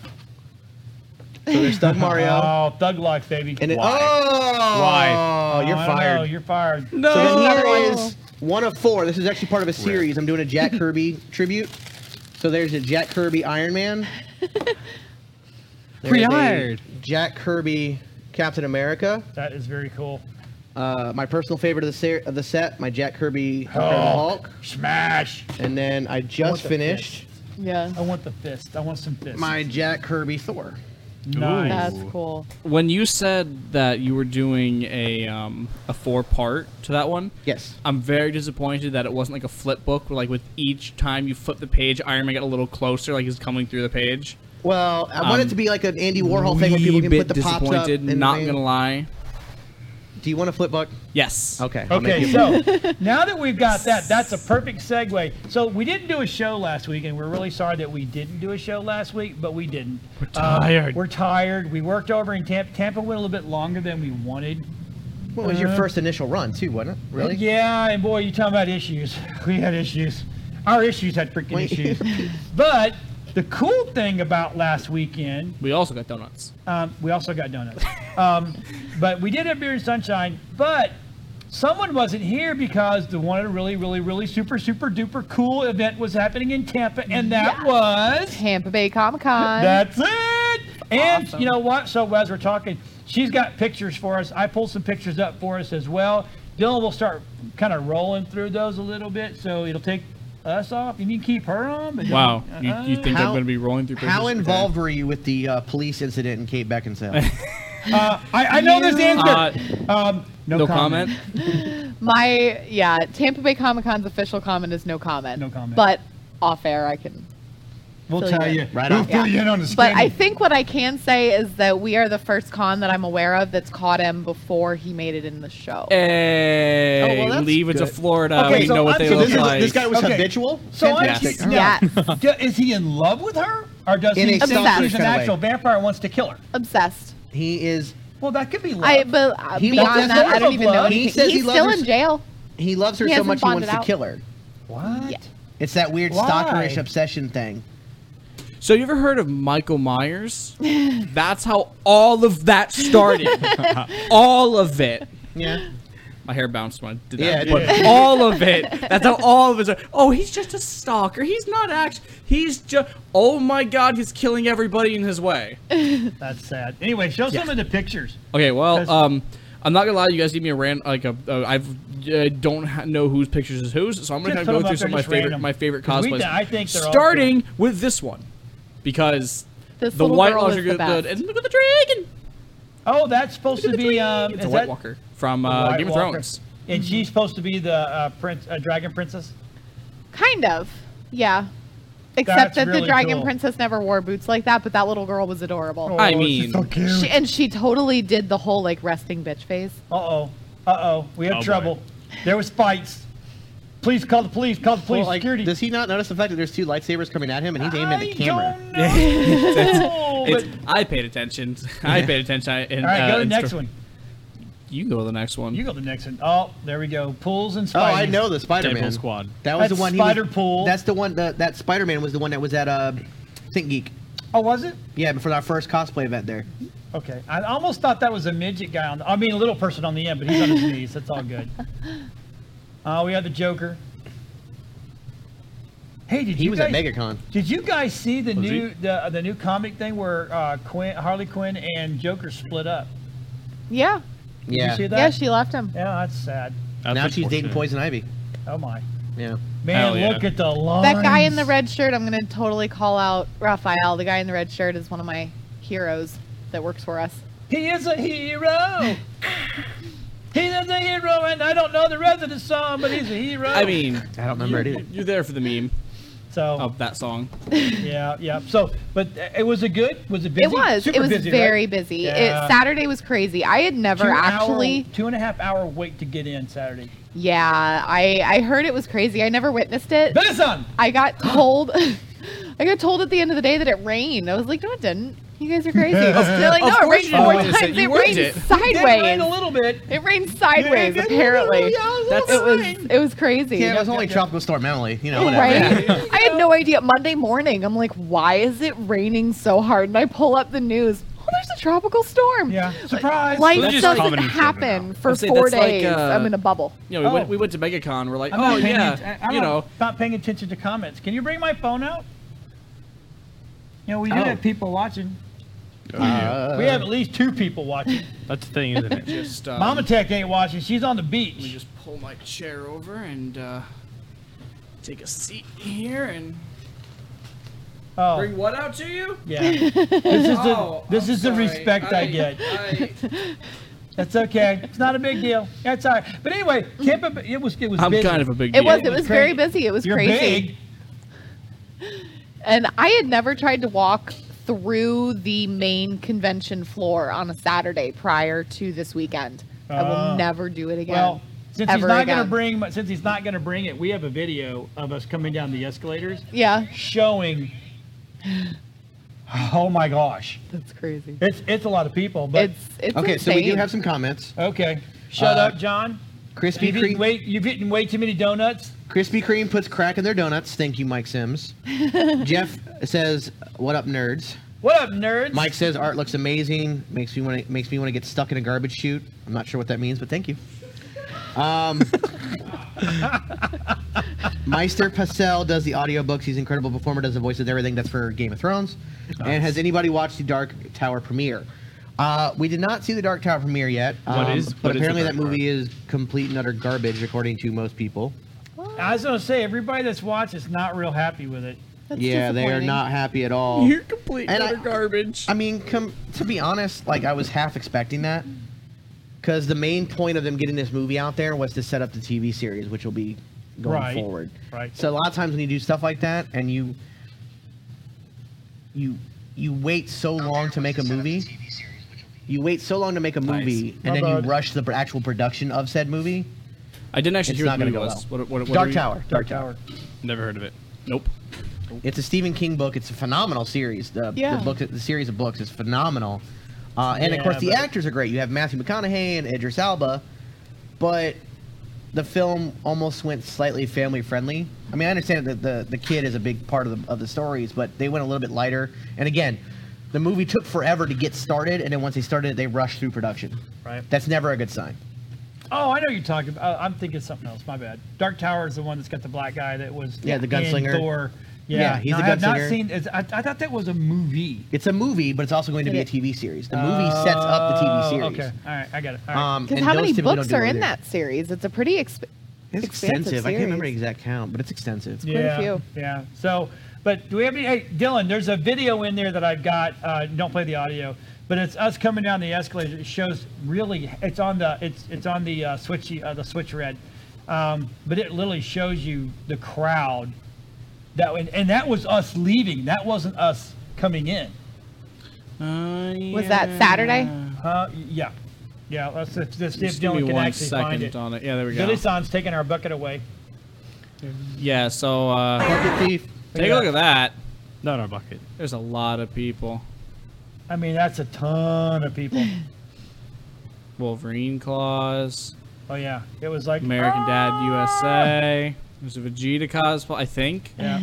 Speaker 5: So there's Thug Mario.
Speaker 2: Oh, Thug Life, baby.
Speaker 5: And it,
Speaker 4: Why?
Speaker 5: oh,
Speaker 4: Why?
Speaker 5: you're
Speaker 2: I don't
Speaker 5: fired.
Speaker 2: know, You're fired.
Speaker 1: no.
Speaker 5: So then here
Speaker 3: Oh.
Speaker 5: is one of four. This is actually part of a series. I'm doing a Jack Kirby tribute. So there's a Jack Kirby Iron Man. There's a
Speaker 4: Pre-hired.
Speaker 5: Jack Kirby Captain America.
Speaker 2: That is very cool.
Speaker 5: Uh, my personal favorite of the ser- of the set, my Jack Kirby Incredible Hulk.
Speaker 2: Smash.
Speaker 5: And then Oh. I
Speaker 2: want
Speaker 5: just
Speaker 2: the
Speaker 5: finished
Speaker 3: Yeah.
Speaker 2: I want the fist. I want some fist.
Speaker 5: my Jack Kirby Thor.
Speaker 2: nice.
Speaker 3: That's cool.
Speaker 1: when you said that you were doing a um, a four part to that one,
Speaker 5: Yes.
Speaker 1: I'm very disappointed that it wasn't like a flip book, where like with each time you flip the page, Iron Man got a little closer, like he's coming through the page.
Speaker 5: Well, I want
Speaker 1: I'm
Speaker 5: it to be like an Andy Warhol thing where people
Speaker 1: Wee
Speaker 5: can
Speaker 1: bit
Speaker 5: put the pops up.
Speaker 1: disappointed.
Speaker 5: and
Speaker 1: not
Speaker 5: they-
Speaker 1: gonna lie.
Speaker 5: Do you want to flip buck?
Speaker 1: Yes.
Speaker 5: Okay. I'll make
Speaker 2: Okay,
Speaker 5: you-
Speaker 2: so now that we've got that, that's a perfect segue. So we didn't do a show last week, and we're really sorry that we didn't do a show last week, but we didn't. We're
Speaker 4: tired.
Speaker 2: we're tired. We worked over in Tampa. Tampa went a little bit longer than we wanted.
Speaker 5: what was your first initial run too? Wasn't it? Really?
Speaker 2: Yeah, and boy, you talking about issues. We had issues. Our issues had freaking
Speaker 5: Wait.
Speaker 2: issues. But the cool thing about last weekend
Speaker 1: We also got donuts.
Speaker 2: Um, we also got donuts. um, but we did have beer and sunshine. But someone wasn't here because the one of the really, really, really super, super duper cool event was happening in Tampa, and that was
Speaker 3: Tampa Bay Comic Con.
Speaker 2: that's it. And
Speaker 3: Awesome.
Speaker 2: you know what? So as we're talking, she's got pictures for us. I pulled some pictures up for us as well. Dylan will start kind of rolling through those a little bit, so it'll take us off. You mean keep her on? But
Speaker 1: Wow. You,
Speaker 2: Uh-uh.
Speaker 1: you think I'm
Speaker 5: How-
Speaker 1: going to be rolling through pictures?
Speaker 5: How involved were you with the uh, police incident in Cape Beckinsale?
Speaker 2: Uh, I, I know this answer.
Speaker 1: Uh,
Speaker 2: um, no,
Speaker 1: no comment.
Speaker 3: My yeah, Tampa Bay Comic Con's official comment is no comment.
Speaker 2: No comment.
Speaker 3: But off air, I can.
Speaker 2: We'll
Speaker 3: Fill
Speaker 2: tell
Speaker 3: you
Speaker 2: you.
Speaker 3: in.
Speaker 5: Right
Speaker 2: we'll
Speaker 5: on.
Speaker 2: fill you in on the
Speaker 3: But I
Speaker 2: skinny.
Speaker 3: think what I can say is that we are the first con that I'm aware of that's caught him before he made it in the show.
Speaker 5: Eh.
Speaker 1: Hey,
Speaker 5: Oh, well, that's
Speaker 1: leave it to
Speaker 5: good.
Speaker 1: Florida.
Speaker 2: Okay,
Speaker 1: we
Speaker 2: so
Speaker 1: know what
Speaker 2: I'm-
Speaker 1: they
Speaker 2: so
Speaker 1: look
Speaker 5: this, is,
Speaker 1: like.
Speaker 5: this guy was
Speaker 2: Okay.
Speaker 5: habitual.
Speaker 2: So I'm
Speaker 5: Fantastic.
Speaker 2: just-
Speaker 3: yeah,
Speaker 2: Do- is he in love with her, or does
Speaker 5: In
Speaker 2: he
Speaker 5: a
Speaker 2: think
Speaker 3: selfish
Speaker 2: she's an
Speaker 5: kinda way.
Speaker 2: actual vampire and wants to kill her?
Speaker 3: obsessed.
Speaker 5: He is.
Speaker 2: Well, that could be love.
Speaker 3: I but uh,
Speaker 5: He loves
Speaker 3: beyond that,
Speaker 5: his
Speaker 3: I don't even know.
Speaker 2: love.
Speaker 5: He
Speaker 3: Anything.
Speaker 5: says he
Speaker 3: He's
Speaker 5: loves
Speaker 3: still
Speaker 5: his-
Speaker 3: in jail.
Speaker 5: He loves her
Speaker 3: He
Speaker 5: so
Speaker 3: hasn't
Speaker 5: much he
Speaker 3: bonded
Speaker 5: wants to
Speaker 3: out.
Speaker 5: kill her.
Speaker 2: what?
Speaker 3: Yeah.
Speaker 5: It's that weird
Speaker 2: Why?
Speaker 5: stalkerish obsession thing.
Speaker 1: So you ever heard of Michael Myers? That's how all of that started. all of it.
Speaker 5: Yeah.
Speaker 1: My hair bounced when I did
Speaker 5: Yeah,
Speaker 1: that.
Speaker 5: it
Speaker 1: but all of it. That's how all of it. started. Oh, he's just a stalker. He's not actually. He's just. Oh my God, he's killing everybody in his way.
Speaker 2: That's sad. Anyway, show some of the pictures.
Speaker 1: Okay, well,
Speaker 2: That's-
Speaker 1: um, I'm not gonna lie. You guys give me a rant like a. Uh, I've uh, don't ha- know whose pictures is whose, so I'm gonna
Speaker 2: Just
Speaker 1: kind of
Speaker 2: put
Speaker 1: go
Speaker 2: 'em
Speaker 1: through
Speaker 2: up
Speaker 1: some of
Speaker 2: there,
Speaker 1: my
Speaker 2: just
Speaker 1: favorite
Speaker 2: random.
Speaker 1: my favorite
Speaker 2: 'Cause we-
Speaker 1: cosplays.
Speaker 2: I think they're all
Speaker 1: starting with this one because
Speaker 3: This
Speaker 1: the
Speaker 3: little
Speaker 1: White
Speaker 3: girl
Speaker 1: Walker
Speaker 3: is the best.
Speaker 1: and look at the dragon.
Speaker 2: Oh, that's supposed to be um,
Speaker 1: It's
Speaker 2: is
Speaker 1: a White
Speaker 2: that-
Speaker 1: Walker from
Speaker 2: the
Speaker 1: uh,
Speaker 2: White
Speaker 1: Game of
Speaker 2: Walker.
Speaker 1: Thrones.
Speaker 2: and she's supposed to be the uh, prince, uh, dragon princess.
Speaker 3: Kind of. Yeah.
Speaker 2: That's
Speaker 3: Except that
Speaker 2: really
Speaker 3: the dragon
Speaker 2: cool. Oh.
Speaker 3: princess never wore boots like that, but that little girl was adorable.
Speaker 1: I
Speaker 2: she's
Speaker 1: mean-
Speaker 2: so cute.
Speaker 3: She, and she totally did the whole like resting bitch face.
Speaker 2: Uh oh. Uh oh. We have
Speaker 4: Oh, boy.
Speaker 2: trouble. There was fights. Please call the police. Call the police.
Speaker 5: Well, like,
Speaker 2: Security.
Speaker 5: does he not notice the fact that there's two lightsabers coming at him and he's aiming at the
Speaker 2: I
Speaker 5: camera?
Speaker 2: don't know,
Speaker 1: It's,
Speaker 2: but-
Speaker 1: I paid attention. I paid attention. I, and,
Speaker 2: all right,
Speaker 1: uh,
Speaker 2: go to the
Speaker 1: and
Speaker 2: next
Speaker 1: str-
Speaker 2: one.
Speaker 1: You go to the next one.
Speaker 2: You go to the next one. Oh, there we go. Pools and
Speaker 5: Oh,
Speaker 2: spiders.
Speaker 5: I know the Spider-Man
Speaker 4: Deadpool Squad.
Speaker 5: That was
Speaker 2: That's
Speaker 5: the one. he was-
Speaker 2: Spider-Pool.
Speaker 5: That's the one. The, that Spider-Man was the one that was at uh, Think Geek.
Speaker 2: Oh, was it?
Speaker 5: Yeah, before our first cosplay event there.
Speaker 2: Okay. I almost thought that was a midget guy on. The, I mean, a little person on the end, but he's on his knees. That's all good. Uh, we have the Joker. Hey, did
Speaker 5: He
Speaker 2: you
Speaker 5: was
Speaker 2: guys,
Speaker 5: at MegaCon.
Speaker 2: Did you guys see the
Speaker 4: Was he?
Speaker 2: new the, uh, the new comic thing where uh, Quinn, Harley Quinn and Joker split up?
Speaker 3: Yeah.
Speaker 5: Yeah.
Speaker 2: see that?
Speaker 3: Yeah, she left him.
Speaker 2: Yeah, that's sad.
Speaker 4: That's
Speaker 5: now she's dating
Speaker 4: unfortunate.
Speaker 5: Poison Ivy.
Speaker 2: Oh my.
Speaker 5: Yeah.
Speaker 2: Man,
Speaker 4: Hell yeah.
Speaker 2: look at the line.
Speaker 3: That guy in the red shirt, I'm going to totally call out Raphael. The guy in the red shirt is one of my heroes that works for us.
Speaker 2: He is a hero. he is a hero, and I don't know the rest of the song, but he's a hero.
Speaker 1: I mean, um,
Speaker 5: I don't remember it either.
Speaker 1: you're there for the meme
Speaker 2: so
Speaker 1: of that song.
Speaker 2: Yeah, yeah. So, but uh, it was a good. Was it busy?
Speaker 3: It was.
Speaker 2: Super
Speaker 3: it was
Speaker 2: busy, right?
Speaker 3: very busy.
Speaker 2: Yeah.
Speaker 3: It, Saturday was crazy. I had never
Speaker 2: Two hour-
Speaker 3: actually.
Speaker 2: two and a half hour wait to get in Saturday.
Speaker 3: Yeah, I, I heard it was crazy. I never witnessed it.
Speaker 2: Benison.
Speaker 3: I got told. I got told at the end of the day that it rained. I was like, no, it didn't. You guys are crazy. They're like,
Speaker 1: Of
Speaker 3: no, it
Speaker 1: course
Speaker 3: rained
Speaker 1: you
Speaker 3: four
Speaker 1: witnessed it.
Speaker 3: times.
Speaker 1: You
Speaker 3: It
Speaker 1: witnessed
Speaker 3: rained
Speaker 1: it.
Speaker 2: Did rain a
Speaker 3: sideways.
Speaker 2: little bit.
Speaker 3: It rained sideways, apparently.
Speaker 2: Yeah, a little
Speaker 1: That's-
Speaker 2: bit
Speaker 3: It
Speaker 2: of
Speaker 3: was
Speaker 2: rain.
Speaker 3: it was crazy.
Speaker 5: Yeah, it was only Tropical Storm Emily. You know, whatever.
Speaker 3: Right? I had no idea. Monday morning, I'm like, why is it raining so hard? And I pull up the news. Oh, there's a tropical storm.
Speaker 2: Yeah.
Speaker 3: Like,
Speaker 2: Surprise.
Speaker 4: So that's
Speaker 3: Life
Speaker 4: just
Speaker 3: doesn't
Speaker 4: common in Florida
Speaker 3: happen
Speaker 4: now.
Speaker 1: I
Speaker 3: for
Speaker 1: would say
Speaker 3: four
Speaker 1: that's like,
Speaker 3: days.
Speaker 1: uh,
Speaker 3: I'm in a bubble.
Speaker 1: You know, we, went,
Speaker 2: Oh.
Speaker 1: we went to MegaCon. We're like,
Speaker 2: I'm
Speaker 1: oh
Speaker 2: not paying
Speaker 1: yeah,
Speaker 2: atten- I'm
Speaker 1: you
Speaker 2: not-
Speaker 1: know,
Speaker 2: not paying attention to comments. Can you bring my phone out? You know, we do
Speaker 5: Oh.
Speaker 2: have people watching.
Speaker 4: Oh, yeah.
Speaker 2: we have at least two people watching.
Speaker 4: That's the thing, isn't it?
Speaker 1: just uh,
Speaker 2: Mama Tech ain't watching. She's on the
Speaker 1: Let me
Speaker 2: beach.
Speaker 1: just pull my chair over and uh, take a seat here and
Speaker 2: Oh,
Speaker 1: bring what out to you.
Speaker 2: yeah. This is the
Speaker 1: Oh,
Speaker 2: this
Speaker 1: I'm
Speaker 2: is the
Speaker 1: sorry.
Speaker 2: respect I get.
Speaker 1: I,
Speaker 2: That's okay. It's not a big deal. That's all right. But anyway, Tampa, Bay- it was it was.
Speaker 1: am
Speaker 2: busy.
Speaker 1: kind of a big.
Speaker 3: It was.
Speaker 1: deal.
Speaker 3: It
Speaker 2: was
Speaker 3: was very
Speaker 2: crazy.
Speaker 3: busy. It was
Speaker 2: You're
Speaker 3: crazy.
Speaker 2: big.
Speaker 3: And I had never tried to walk through the main convention floor on a Saturday prior to this weekend. I will
Speaker 4: Ah.
Speaker 2: Oh.
Speaker 3: never do it again.
Speaker 2: Well, since he's
Speaker 3: Ever
Speaker 2: not going to
Speaker 3: again.
Speaker 2: bring, but since he's not going to bring it, we have a video of us coming down the escalators
Speaker 3: yeah,
Speaker 2: showing. Oh my gosh,
Speaker 3: that's crazy.
Speaker 2: it's it's a lot of people, but
Speaker 3: it's it's
Speaker 5: Okay, so we do
Speaker 3: insane.
Speaker 5: have some comments.
Speaker 2: okay. Shut
Speaker 5: Uh,
Speaker 2: up, John.
Speaker 5: Krispy
Speaker 2: You've eaten,
Speaker 5: Kreme,
Speaker 2: way, you've eaten way too many donuts.
Speaker 5: Krispy Kreme puts crack in their donuts. Thank you, Mike Sims. Jeff says, "What up, nerds?"
Speaker 2: What up, nerds?
Speaker 5: Mike says, "Art looks amazing. Makes me want to makes me want to get stuck in a garbage chute." I'm not sure what that means, but thank you. Um, Meister Pascal does the audiobooks. He's an incredible performer. Does the voices, everything. That's for Game of Thrones. And has anybody watched the Dark Tower premiere? Uh, we did not see the Dark Tower premiere yet. um,
Speaker 4: What is-
Speaker 5: But
Speaker 4: what is the
Speaker 5: apparently,
Speaker 4: Dark
Speaker 5: that movie is complete and utter garbage, according to most people.
Speaker 2: I was going to say everybody that's watched is not real happy with it.
Speaker 3: That's
Speaker 5: yeah, they are
Speaker 3: disappointing.
Speaker 5: not happy at all.
Speaker 1: You're complete
Speaker 5: And
Speaker 1: and
Speaker 5: I-
Speaker 1: utter garbage.
Speaker 5: I mean, come to be honest, like I was half expecting that because the main point of them getting this movie out there was to set up the TV series, which will be going
Speaker 2: Right,
Speaker 5: forward.
Speaker 2: right.
Speaker 5: So a lot of times when you do stuff like that, and you you you wait so long to make a movie, you wait so long to make a movie,
Speaker 2: My
Speaker 5: and then
Speaker 2: bad.
Speaker 5: you rush the pr- actual production of said movie.
Speaker 1: I didn't actually
Speaker 5: It's
Speaker 1: hear
Speaker 5: not
Speaker 1: what the
Speaker 5: going
Speaker 1: movie
Speaker 5: to go
Speaker 1: was.
Speaker 5: well.
Speaker 1: What, what, what are
Speaker 5: Dark
Speaker 1: you-
Speaker 5: Tower. Dark Tower.
Speaker 4: Never heard of it.
Speaker 1: Nope.
Speaker 5: It's a Stephen King book. It's a phenomenal series. The,
Speaker 3: Yeah.
Speaker 5: the book, the series of books is phenomenal, uh, and of
Speaker 2: Yeah,
Speaker 5: course the
Speaker 2: but-
Speaker 5: actors are great. You have Matthew McConaughey and Idris Alba, but the film almost went slightly family friendly. I mean, I understand that the the kid is a big part of the of the stories, but they went a little bit lighter. And again, the movie took forever to get started, and then once they started it, they rushed through production.
Speaker 2: Right.
Speaker 5: That's never a good sign.
Speaker 2: Oh, I know you're talking about. I'm thinking something else. My bad. Dark Tower is the one that's got the black guy that was
Speaker 5: Yeah, the
Speaker 2: in
Speaker 5: gunslinger.
Speaker 2: Thor. Yeah,
Speaker 5: Yeah, he's
Speaker 2: no,
Speaker 5: the
Speaker 2: I have
Speaker 5: gunslinger.
Speaker 2: not seen. it's- I, I thought that was a movie.
Speaker 5: It's a movie, but it's also going to be a
Speaker 3: It-
Speaker 5: TV series. The movie sets up the TV series.
Speaker 2: Oh, Okay, all right, I got it. All right.
Speaker 5: Um,
Speaker 3: Because
Speaker 5: and
Speaker 3: how
Speaker 5: those
Speaker 3: many
Speaker 5: typically don't
Speaker 3: books
Speaker 5: do
Speaker 3: are
Speaker 5: well
Speaker 3: in
Speaker 5: either.
Speaker 3: that series? It's a pretty exp-
Speaker 5: It's
Speaker 3: expansive
Speaker 5: extensive. I can't remember the
Speaker 3: series.
Speaker 5: exact count, but it's extensive.
Speaker 3: quite a few.
Speaker 2: Yeah. So, but do we have any? Hey, Dylan, there's a video in there that I've got. Uh, don't play the audio, but it's us coming down the escalator. It shows really. It's on the. It's it's on the uh, switchy. Uh, the switch red. Um, but it literally shows you the crowd. That and, and that was us leaving. That wasn't us coming in.
Speaker 3: Was that Saturday?
Speaker 2: Huh? Yeah. Yeah. Let's, let's, let's see if
Speaker 1: Just give me
Speaker 2: Dylan can
Speaker 1: one
Speaker 2: actually find it.
Speaker 1: second on it. Yeah, there we go.
Speaker 2: Billy Son's taking our bucket away.
Speaker 1: Yeah, so uh,
Speaker 5: Bucket Thief.
Speaker 1: take a look at that.
Speaker 4: Not our bucket.
Speaker 1: There's a lot of people.
Speaker 2: I mean, that's a ton of people.
Speaker 1: Wolverine claws.
Speaker 2: Oh yeah, it was like
Speaker 1: American
Speaker 2: Ah.
Speaker 1: Dad USA. There's a Vegeta cosplay, I think.
Speaker 2: Yeah.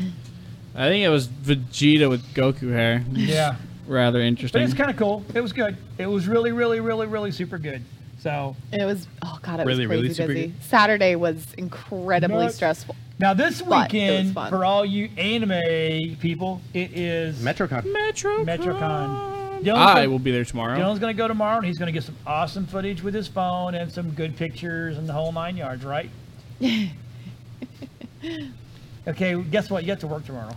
Speaker 1: I think it was Vegeta with Goku hair.
Speaker 2: Yeah.
Speaker 1: Rather
Speaker 2: But
Speaker 1: interesting.
Speaker 2: it's kind of cool. It was good. It was really, really, really, really super good. So
Speaker 3: And it was oh god, it
Speaker 4: Really,
Speaker 3: was
Speaker 4: really
Speaker 3: crazy
Speaker 4: super
Speaker 3: busy.
Speaker 4: good.
Speaker 3: Saturday was incredibly
Speaker 2: Nuts.
Speaker 3: stressful.
Speaker 2: now this
Speaker 3: But it was
Speaker 2: weekend,
Speaker 3: fun.
Speaker 2: for all you anime people, it is
Speaker 5: MetroCon.
Speaker 1: Metro.
Speaker 2: MetroCon. Dylan's
Speaker 1: I Ah,
Speaker 2: gonna-
Speaker 1: will be there tomorrow.
Speaker 2: Dylan's going to go tomorrow, and he's going to get some awesome footage with his phone and some good pictures and the whole nine yards, right? okay, guess what? You have to work tomorrow.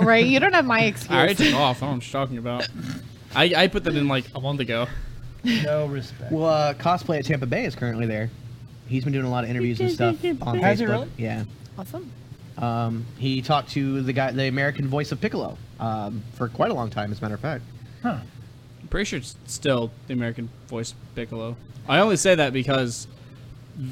Speaker 3: Right? You don't have my
Speaker 1: I already
Speaker 3: excuse.
Speaker 1: took off. I don't know what you're talking about. I, I put that in like a month ago.
Speaker 2: No respect.
Speaker 5: Well, uh, cosplay at Tampa Bay is currently there. He's been doing a lot of interviews and stuff on
Speaker 2: Has he
Speaker 5: Facebook.
Speaker 2: really?
Speaker 5: Yeah.
Speaker 3: awesome.
Speaker 5: Um, he talked to the guy, the American voice of Piccolo, um, for quite a long time, as a matter of fact.
Speaker 2: Huh.
Speaker 1: I'm pretty sure it's still the American voice of Piccolo. I only say that because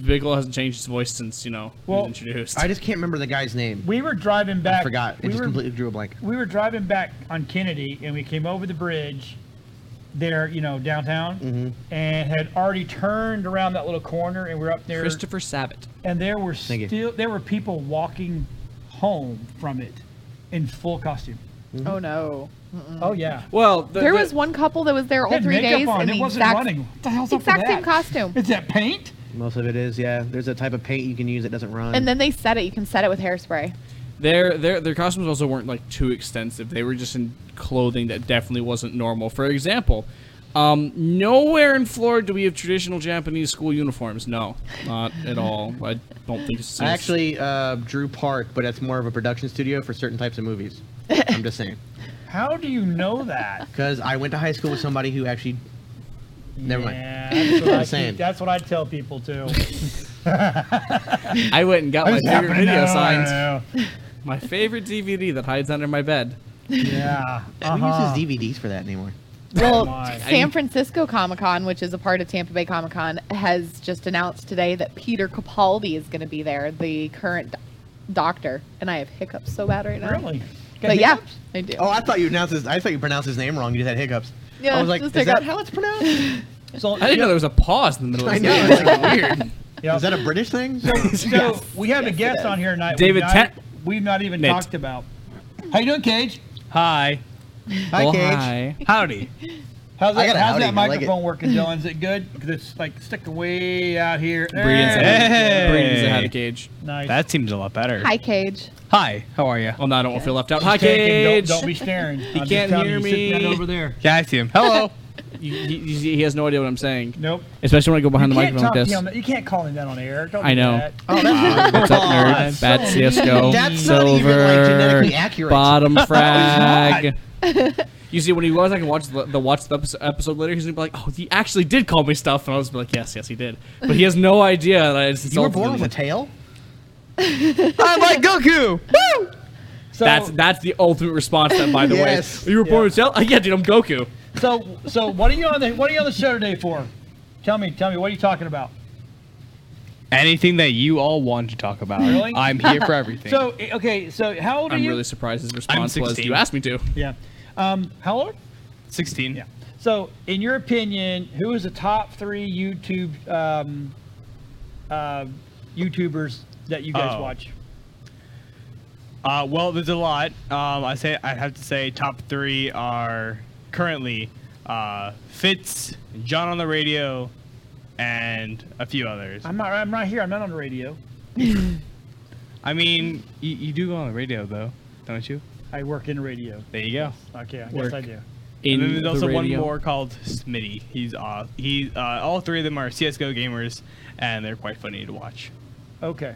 Speaker 1: Piccolo hasn't changed his voice since you know he was
Speaker 2: Well,
Speaker 1: introduced.
Speaker 5: I just can't remember the guy's name.
Speaker 2: We were driving back.
Speaker 5: I forgot. It
Speaker 2: we
Speaker 5: just
Speaker 2: were-
Speaker 5: completely drew a blank.
Speaker 2: we were driving back on Kennedy and we came over the bridge there, you know, downtown
Speaker 5: Mm-hmm.
Speaker 2: and had already turned around that little corner and we're up there
Speaker 1: Christopher Sabat.
Speaker 2: and there were
Speaker 5: you.
Speaker 2: still there were people walking home from it in full costume.
Speaker 5: Mm-hmm.
Speaker 3: Oh no.
Speaker 5: Mm.
Speaker 2: Oh yeah.
Speaker 1: Well, the,
Speaker 3: There
Speaker 1: the-
Speaker 3: was one couple that was there all
Speaker 2: Had
Speaker 3: three
Speaker 2: makeup
Speaker 3: days
Speaker 2: on,
Speaker 3: in
Speaker 2: it
Speaker 3: the
Speaker 2: wasn't
Speaker 3: exact,
Speaker 2: running. What the hell's up with
Speaker 3: exact same
Speaker 2: that?
Speaker 3: costume.
Speaker 2: Is that paint?
Speaker 5: Most of it is, yeah. There's a type of paint you can use that doesn't run.
Speaker 3: And then they set it. You can set it with hairspray.
Speaker 2: Oh
Speaker 1: Their their their costumes also weren't like too extensive. They were just in clothing that definitely wasn't normal. For example, um, nowhere in Florida do we have traditional Japanese school uniforms. No, not at all. I don't think. It's
Speaker 5: I actually uh, drew Park, but that's more of a production studio for certain types of movies. I'm just saying,
Speaker 2: How do you know that?
Speaker 5: because I went to high school with somebody who actually. Never mind.
Speaker 2: Yeah, that's what, I
Speaker 5: Same.
Speaker 2: keep- that's what I tell people too.
Speaker 1: I went and got my favorite video signs.
Speaker 2: Yeah.
Speaker 1: My favorite DVD that hides under my bed.
Speaker 2: Yeah. Uh-huh.
Speaker 5: Who uses DVDs for that anymore?
Speaker 3: Well,
Speaker 2: my.
Speaker 3: San Francisco Comic Con, which is a part of Tampa Bay Comic Con, has just announced today that Peter Capaldi is going to be there, the current do- doctor. And I have hiccups so bad right now.
Speaker 2: Really? Got
Speaker 3: But yeah,
Speaker 2: hiccups?
Speaker 3: I do.
Speaker 5: Oh, I thought you announced his. I thought you pronounced his name wrong. You just had hiccups.
Speaker 3: Yeah,
Speaker 5: I was like,
Speaker 3: just
Speaker 5: is that
Speaker 3: hiccup.
Speaker 5: how it's pronounced?
Speaker 2: So,
Speaker 1: I didn't know there was a pause in the middle of
Speaker 5: I
Speaker 1: this.
Speaker 5: know. It's like weird.
Speaker 2: Yeah.
Speaker 5: Is that a British thing?
Speaker 2: So we have a guest on here tonight.
Speaker 1: David
Speaker 2: we've not,
Speaker 1: Tent-
Speaker 2: we've not even
Speaker 1: Nate.
Speaker 2: talked about. How you doing, Cage?
Speaker 4: Hi.
Speaker 5: Hi,
Speaker 1: oh,
Speaker 5: Cage.
Speaker 1: hi.
Speaker 4: Howdy.
Speaker 2: How's that,
Speaker 5: I got a
Speaker 2: how's
Speaker 5: howdy,
Speaker 2: that
Speaker 5: I like it.
Speaker 2: microphone working, Dylan? Is it good? Because it's like sticking way out here.
Speaker 1: Breeding's
Speaker 2: Eh,
Speaker 1: ahead.
Speaker 4: Hey.
Speaker 1: Breeding's ahead of Cage.
Speaker 2: Nice.
Speaker 4: That seems a lot better.
Speaker 3: Hi, Cage.
Speaker 4: Hi. How are you?
Speaker 1: Well, now I don't want to feel left out.
Speaker 2: Just
Speaker 1: Hi,
Speaker 2: checking,
Speaker 1: Cage.
Speaker 2: Don't, don't be staring. He
Speaker 1: can't hear
Speaker 2: You, sit
Speaker 1: me.
Speaker 2: down over there.
Speaker 4: Yeah, I see him. Hello.
Speaker 1: You- you- you see, he has no idea what I'm saying.
Speaker 2: Nope.
Speaker 1: Especially when I go behind the
Speaker 2: you, can't
Speaker 1: microphone
Speaker 2: talk
Speaker 1: like
Speaker 2: to
Speaker 1: this.
Speaker 2: him. you can't call him that on air. Don't
Speaker 1: I
Speaker 2: do
Speaker 1: know.
Speaker 2: that.
Speaker 5: Oh, that's
Speaker 1: What's up, nerd?
Speaker 5: That's
Speaker 1: Bad Cisco.
Speaker 5: That's not even, like,
Speaker 1: Silver.
Speaker 5: genetically accurate. Oh,
Speaker 1: Bottom frag. you see, when he goes, I can watch the, the watch the episode, episode later. He's gonna be like, "Oh, he actually did call me stuff," and I'll just be like, "Yes, yes, he did." But he has no idea that I just
Speaker 5: You were
Speaker 1: insulted
Speaker 5: born
Speaker 1: him.
Speaker 5: with a tail.
Speaker 4: I'm like Goku. Woo!
Speaker 2: So,
Speaker 1: That's that's the ultimate response. That, by the
Speaker 5: Yes.
Speaker 1: way, you were born with a tail. Uh, yeah, dude, I'm Goku.
Speaker 2: so so what are you on the what are you on the show today for? Tell me, tell me, what are you talking about?
Speaker 4: Anything that you all want to talk about,
Speaker 2: Really?
Speaker 4: I'm here for everything.
Speaker 2: So eh, okay, so how old are
Speaker 1: I'm
Speaker 2: you?
Speaker 1: really surprised his response was,
Speaker 4: 16.
Speaker 1: "You asked me to."
Speaker 2: yeah. Um, how old?
Speaker 4: 16.
Speaker 2: Yeah. So, in your opinion, who is the top three YouTube um, uh, YouTubers that you guys
Speaker 4: Oh.
Speaker 2: watch?
Speaker 4: Uh, well, there's a lot. Um, I say I have to say top three are currently uh, Fitz, John on the radio, and a few others.
Speaker 2: I'm not. I'm not here. I'm not on the radio.
Speaker 4: I mean, you, you do go on the radio though, don't you?
Speaker 2: I work in radio.
Speaker 4: There you go.
Speaker 2: Okay, I guess
Speaker 1: Work.
Speaker 2: I do.
Speaker 1: In
Speaker 4: and then there's
Speaker 1: the
Speaker 4: also one
Speaker 1: radio.
Speaker 4: more called Smitty. He's uh, he uh, all three of them are CS:GO gamers, and they're quite funny to watch.
Speaker 2: Okay.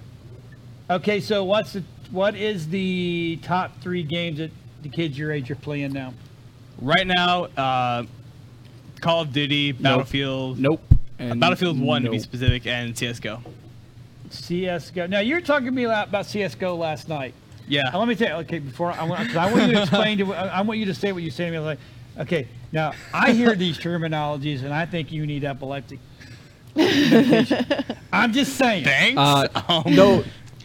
Speaker 2: Okay. So, what's the what is the top three games that the kids your age are playing now?
Speaker 4: Right now, uh, Call of Duty, Battlefield, uh,
Speaker 1: Nope. And
Speaker 4: Battlefield One to be
Speaker 1: nope.
Speaker 4: specific, and CS:GO.
Speaker 2: CS:GO. Now you were talking to me la- about CS:GO last night.
Speaker 4: Yeah.
Speaker 2: Now, let me tell you. Okay, before I want, 'cause I want you to explain to. I I want you to say what you say to me. I was like, okay, now I hear these terminologies and I think you need epileptic. medication. I'm just saying.
Speaker 4: Thanks. Oh,
Speaker 1: Uh, no,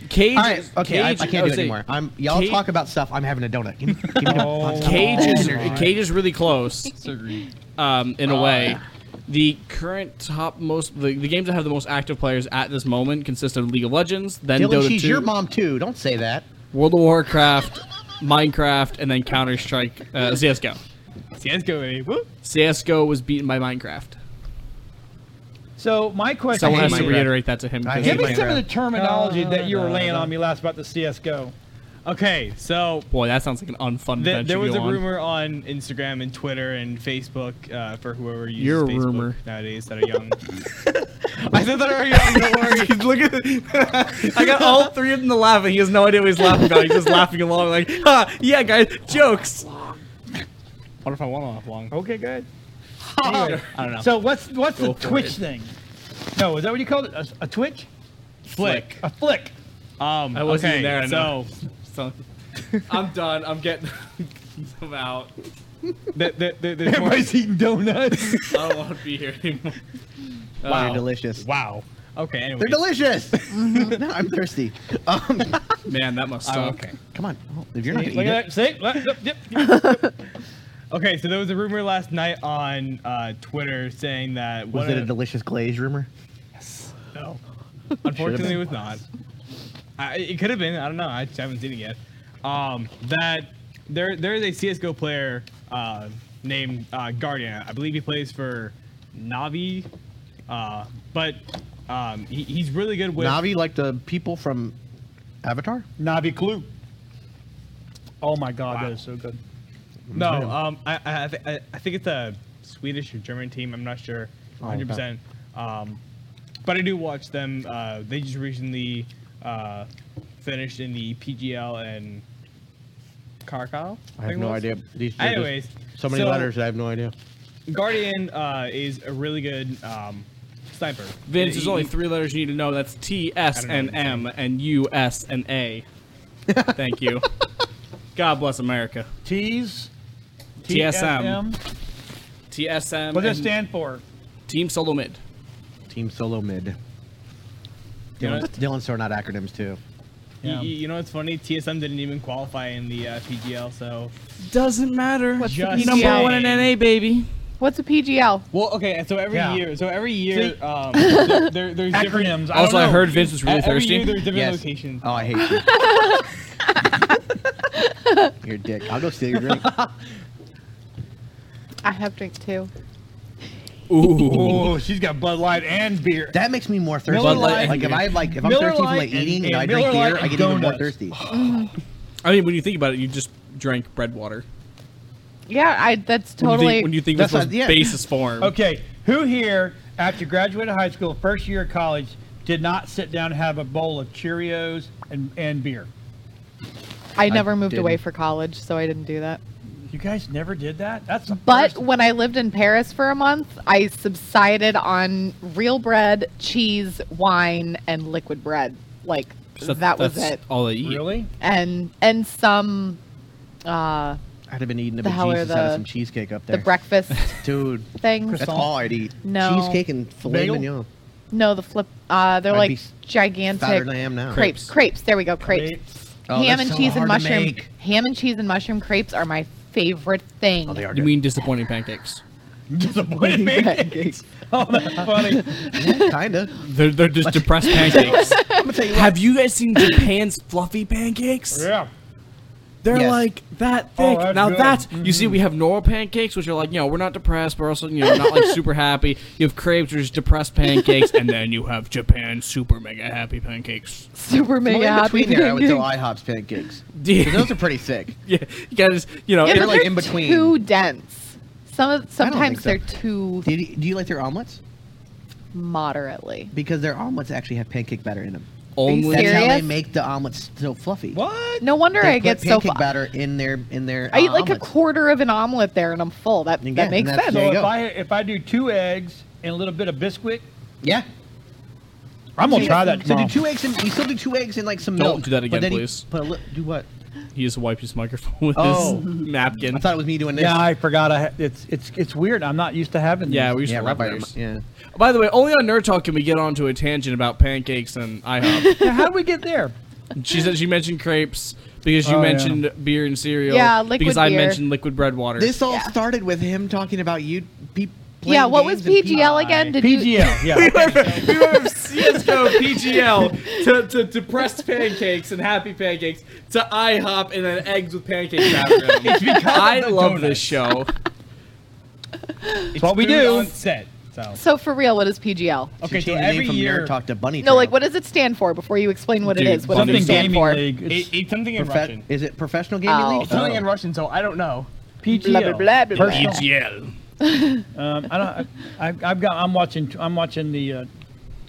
Speaker 1: Cage.
Speaker 5: All right. Okay, I, I
Speaker 1: Cage-
Speaker 5: can't
Speaker 1: I
Speaker 5: do
Speaker 1: was
Speaker 5: it
Speaker 1: saying,
Speaker 5: anymore. I'm y'all
Speaker 1: Cage-
Speaker 5: talk about stuff. I'm having a donut. Give me, give me a
Speaker 2: Oh,
Speaker 1: Cage is
Speaker 2: my.
Speaker 1: Cage is really close, um,
Speaker 5: Ah.
Speaker 1: in a way. The current top most the, the games that have the most active players at this moment consist of League of Legends, then
Speaker 5: Dylan,
Speaker 1: Dota
Speaker 5: she's
Speaker 1: 2,
Speaker 5: your mom too. Don't say that.
Speaker 1: World of Warcraft, Minecraft, and then Counter Strike, uh, CS:GO.
Speaker 4: CS:GO. eh? Woo.
Speaker 1: CS:GO was beaten by Minecraft.
Speaker 2: So my question.
Speaker 1: Someone has
Speaker 2: is-
Speaker 1: to
Speaker 5: Minecraft.
Speaker 1: reiterate that to him. 'cause
Speaker 5: I
Speaker 2: Give
Speaker 1: he-
Speaker 2: me some of the
Speaker 5: Minecraft.
Speaker 2: terminology that you were
Speaker 5: No,
Speaker 2: laying
Speaker 5: no.
Speaker 2: on me last about the CS:GO.
Speaker 4: Okay, so
Speaker 1: Boy, that sounds like an unfun
Speaker 4: th-
Speaker 1: adventure
Speaker 4: there
Speaker 1: to
Speaker 4: was
Speaker 1: go
Speaker 4: a
Speaker 1: on.
Speaker 4: rumor on Instagram and Twitter and Facebook uh, for whoever uses
Speaker 1: You're a
Speaker 4: Facebook
Speaker 1: rumor.
Speaker 4: nowadays that are young. I said that are young. Don't worry.
Speaker 1: Look at I got all three of them to laugh, and he has no idea what he's laughing about. He's just laughing along, like, ha, yeah, guys, jokes.
Speaker 4: What if I want to laugh long?
Speaker 2: Okay, good.
Speaker 4: I don't know.
Speaker 2: So what's what's
Speaker 1: Oh. Go
Speaker 2: the
Speaker 1: for
Speaker 2: Twitch
Speaker 1: it.
Speaker 2: thing? No, is that what you called it? A, a Twitch?
Speaker 4: flick.
Speaker 2: A flick?
Speaker 4: Um.
Speaker 1: I wasn't
Speaker 4: okay,
Speaker 1: even there, I know.
Speaker 4: so
Speaker 1: So, I'm done. I'm getting. I'm out.
Speaker 4: th- th- th- there's more.
Speaker 2: eating donuts.
Speaker 1: I don't want to be here anymore.
Speaker 5: They're delicious.
Speaker 4: Wow. Okay. Anyway.
Speaker 5: They're delicious. no, I'm thirsty. Um,
Speaker 1: Man, that must suck.
Speaker 4: Oh, okay.
Speaker 5: come on. Oh, If you're not gonna
Speaker 2: Look
Speaker 5: eat
Speaker 2: at that.
Speaker 5: it,
Speaker 2: See? Look, look, yep, yep.
Speaker 4: Okay. So there was a rumor last night on uh, Twitter saying that
Speaker 5: was
Speaker 4: one
Speaker 5: it a
Speaker 4: of-
Speaker 5: delicious glaze rumor?
Speaker 4: No. Unfortunately, it was not. I, it could have been. I don't know. I just haven't seen it yet. Um, that there there is a CS:GO player uh, named uh, Guardian. I believe he plays for Navi, uh, but um, he, he's really good with.
Speaker 5: Navi, like the people from Avatar.
Speaker 2: Navi Clue. Oh my God,
Speaker 4: Wow.
Speaker 2: that is so good.
Speaker 4: No, um, I I, I, th- I think it's a Swedish or German team. I'm not sure,
Speaker 5: Oh, okay.
Speaker 4: 100. percent Um, but I do watch them. Uh, they just recently uh, finished in the PGL and Krakow.
Speaker 5: I have
Speaker 4: think it
Speaker 5: no
Speaker 4: was.
Speaker 5: idea. These are just
Speaker 4: Anyways,
Speaker 5: so many
Speaker 4: so-
Speaker 5: letters. I have no idea.
Speaker 4: Guardian uh, is a really good um, sniper.
Speaker 1: Vince,
Speaker 4: He-
Speaker 1: there's only
Speaker 4: he-
Speaker 1: three letters you need to know. That's T, S,
Speaker 4: I don't
Speaker 1: and
Speaker 4: know what
Speaker 1: M, and U, S, and A. Thank you. God bless America.
Speaker 2: T's.
Speaker 1: TSM.
Speaker 2: TSM,
Speaker 1: TSM.
Speaker 2: What
Speaker 1: and
Speaker 2: does it stand for?
Speaker 1: Team Solo Mid.
Speaker 5: Team Solo Mid.
Speaker 4: You know,
Speaker 5: Dylan's, Dylan's throwing out acronyms too.
Speaker 4: you-
Speaker 2: Yeah.
Speaker 4: you, you know what's funny? TSM didn't even qualify in the uh, PGL, so
Speaker 1: Doesn't matter.
Speaker 3: What's the
Speaker 2: Just
Speaker 1: Number
Speaker 3: PGL?
Speaker 1: one in NA, baby.
Speaker 3: What's a PGL?
Speaker 4: well, okay. So every
Speaker 2: Yeah.
Speaker 4: year, so every year,
Speaker 2: See?
Speaker 4: um, there, there, there's different-
Speaker 2: Acronyms. I
Speaker 1: Also,
Speaker 2: don't
Speaker 1: I
Speaker 2: know.
Speaker 1: heard Vince was really
Speaker 4: every year
Speaker 1: thirsty.
Speaker 4: there's different
Speaker 5: Yes.
Speaker 4: locations.
Speaker 5: Oh, I hate you. You're a dick. I'll go steal your drink.
Speaker 3: I have drink too.
Speaker 1: Ooh.
Speaker 2: Oh, she's got Bud Light and beer.
Speaker 5: That makes me more thirsty.
Speaker 2: Miller
Speaker 1: Lite-
Speaker 5: like if I like if I'm
Speaker 2: Miller
Speaker 5: thirsty from
Speaker 2: Lite
Speaker 5: like
Speaker 2: and-
Speaker 5: eating and,
Speaker 2: and
Speaker 5: I drink
Speaker 2: Miller Lite
Speaker 5: beer, I
Speaker 2: and
Speaker 5: get even more
Speaker 2: donuts.
Speaker 5: thirsty.
Speaker 1: I mean, when you think about it, you just drank bread water.
Speaker 3: Yeah, I. That's totally.
Speaker 1: When you think, when you think
Speaker 5: That's
Speaker 1: this was
Speaker 5: not- yeah.
Speaker 1: basis form.
Speaker 2: Okay, who here, after graduating high school, first year of college, did not sit down and have a bowl of Cheerios and, and beer?
Speaker 3: I never moved
Speaker 5: didn't.
Speaker 3: away for college, so I didn't do that.
Speaker 2: You guys never did that? That's the
Speaker 3: But
Speaker 2: first-
Speaker 3: when I lived in Paris for a month, I subsided on real bread, cheese, wine, and liquid bread. Like
Speaker 1: 'Cause
Speaker 3: that was
Speaker 1: that's
Speaker 3: it,
Speaker 1: All they eat.
Speaker 2: really?
Speaker 3: and and some, uh,
Speaker 5: I'd have been eating a
Speaker 3: The hell are
Speaker 5: bejesus out
Speaker 3: the-
Speaker 5: of some cheesecake up
Speaker 3: the
Speaker 5: there.
Speaker 3: breakfast
Speaker 5: Dude,
Speaker 3: things.
Speaker 5: that's all I'd eat.
Speaker 3: No.
Speaker 5: Cheesecake and filet
Speaker 2: Bagel?
Speaker 5: mignon.
Speaker 3: No, the flip. Uh, they're
Speaker 5: I'd be
Speaker 3: like
Speaker 5: s- fatter
Speaker 3: gigantic
Speaker 5: than I am now.
Speaker 3: crepes.
Speaker 1: Crepes.
Speaker 3: Crepes. There we go. Crepes.
Speaker 5: Oh,
Speaker 3: ham
Speaker 5: that's
Speaker 3: and
Speaker 5: so
Speaker 3: cheese and
Speaker 5: hard to
Speaker 3: mushroom.
Speaker 5: make.
Speaker 3: Ham and cheese and mushroom crepes are my favorite thing.
Speaker 5: Oh, they are
Speaker 1: You
Speaker 5: good.
Speaker 1: mean disappointing pancakes?
Speaker 2: Disappointed pancakes. Oh, that's funny.
Speaker 5: Yeah, kinda.
Speaker 1: They're, they're just depressed pancakes. Have you guys seen Japan's fluffy pancakes?
Speaker 2: yeah.
Speaker 1: They're
Speaker 5: Yes.
Speaker 1: like that
Speaker 2: Oh,
Speaker 1: thick.
Speaker 2: that's
Speaker 1: now
Speaker 2: good. Mm-hmm.
Speaker 1: that's you see, we have normal pancakes, which are like you know we're not depressed, but also you know not like super happy. You have crepes, which is depressed pancakes, and then you have Japan super mega happy pancakes.
Speaker 3: Super mega
Speaker 5: well, in
Speaker 3: happy.
Speaker 5: between there, I would oh, throw
Speaker 3: pancakes.
Speaker 5: IHOP's pancakes.
Speaker 1: Dude.
Speaker 5: 'Cause those are pretty thick.
Speaker 1: Yeah, you guys, you know, it-
Speaker 3: Yeah,
Speaker 5: they're
Speaker 3: but
Speaker 5: like
Speaker 3: they're
Speaker 5: in between.
Speaker 3: Too dense. Some of- sometimes
Speaker 5: think so.
Speaker 3: they're too
Speaker 5: Do you, do you like their omelets?
Speaker 3: moderately.
Speaker 5: Because their omelets actually have pancake batter in them.
Speaker 1: only
Speaker 5: That's how they
Speaker 3: Serious?
Speaker 5: make the omelets so fluffy.
Speaker 2: What?
Speaker 3: No wonder I
Speaker 5: They put
Speaker 3: get so.
Speaker 5: pancake
Speaker 3: Fu-
Speaker 5: batter in their in their.
Speaker 3: I
Speaker 5: uh,
Speaker 3: eat like a
Speaker 5: omelets.
Speaker 3: quarter of an omelet there, and I'm full. That
Speaker 5: Yeah,
Speaker 3: that
Speaker 5: and
Speaker 3: makes
Speaker 5: that's-
Speaker 3: sense.
Speaker 2: So
Speaker 5: There you
Speaker 2: if
Speaker 5: go.
Speaker 2: I if I do two eggs and a little bit of biscuit,
Speaker 5: Yeah.
Speaker 2: I'm gonna try that
Speaker 5: So
Speaker 2: tomorrow.
Speaker 5: do two eggs and you still do two eggs and like some
Speaker 1: Don't
Speaker 5: milk.
Speaker 1: do that
Speaker 5: but
Speaker 1: again,
Speaker 5: then you
Speaker 1: please.
Speaker 5: Put a li- do what?
Speaker 1: he just wiped his microphone with
Speaker 5: Oh.
Speaker 1: his napkin.
Speaker 5: I thought it was me doing this.
Speaker 2: yeah, I forgot. I ha- it's it's it's weird. I'm not used to having.
Speaker 1: Yeah,
Speaker 2: these.
Speaker 1: we used
Speaker 5: yeah,
Speaker 1: to
Speaker 5: right
Speaker 1: love
Speaker 5: by your,
Speaker 1: those.
Speaker 5: yeah.
Speaker 1: By the way, only on Nerd Talk can we get onto a tangent about pancakes and IHOP.
Speaker 2: Yeah, how do we get there?
Speaker 1: she said she mentioned crepes because you
Speaker 2: Oh, yeah.
Speaker 1: mentioned beer and cereal.
Speaker 3: Yeah, liquid
Speaker 1: because I
Speaker 3: beer.
Speaker 1: mentioned liquid bread water.
Speaker 5: This all
Speaker 3: Yeah.
Speaker 5: started with him talking about you. Pe- playing
Speaker 3: Yeah, what was
Speaker 5: games and
Speaker 3: PGL again? Did you?
Speaker 2: PGL. Yeah.
Speaker 1: we went from CSGO PGL to, to depressed pancakes and happy pancakes to IHOP and then eggs with pancakes after them. I
Speaker 2: the
Speaker 1: love this show.
Speaker 2: donuts.
Speaker 4: It's
Speaker 2: what we
Speaker 4: food
Speaker 2: do.
Speaker 4: on set. So
Speaker 3: So for real, what is PGL?
Speaker 5: Okay,
Speaker 4: okay, so
Speaker 5: the name
Speaker 4: every
Speaker 5: from
Speaker 4: year
Speaker 5: Nerd Talk to Bunny.
Speaker 3: No,
Speaker 5: Trail.
Speaker 3: like what does it stand for? Before you explain what
Speaker 1: Dude,
Speaker 3: it is, what does
Speaker 1: Bunny
Speaker 3: it
Speaker 2: Something
Speaker 3: stand
Speaker 2: gaming
Speaker 3: for?
Speaker 2: league. It's
Speaker 4: it, it's something in
Speaker 5: Profe-
Speaker 4: Russian.
Speaker 5: Is it professional gaming
Speaker 3: Oh.
Speaker 5: league?
Speaker 4: It's something in Russian, so I don't know.
Speaker 2: PGL.
Speaker 3: Blah, blah, blah, blah, blah.
Speaker 2: Personal-
Speaker 1: PGL.
Speaker 2: Um, I don't. I, I've got. I'm watching. I'm watching the uh,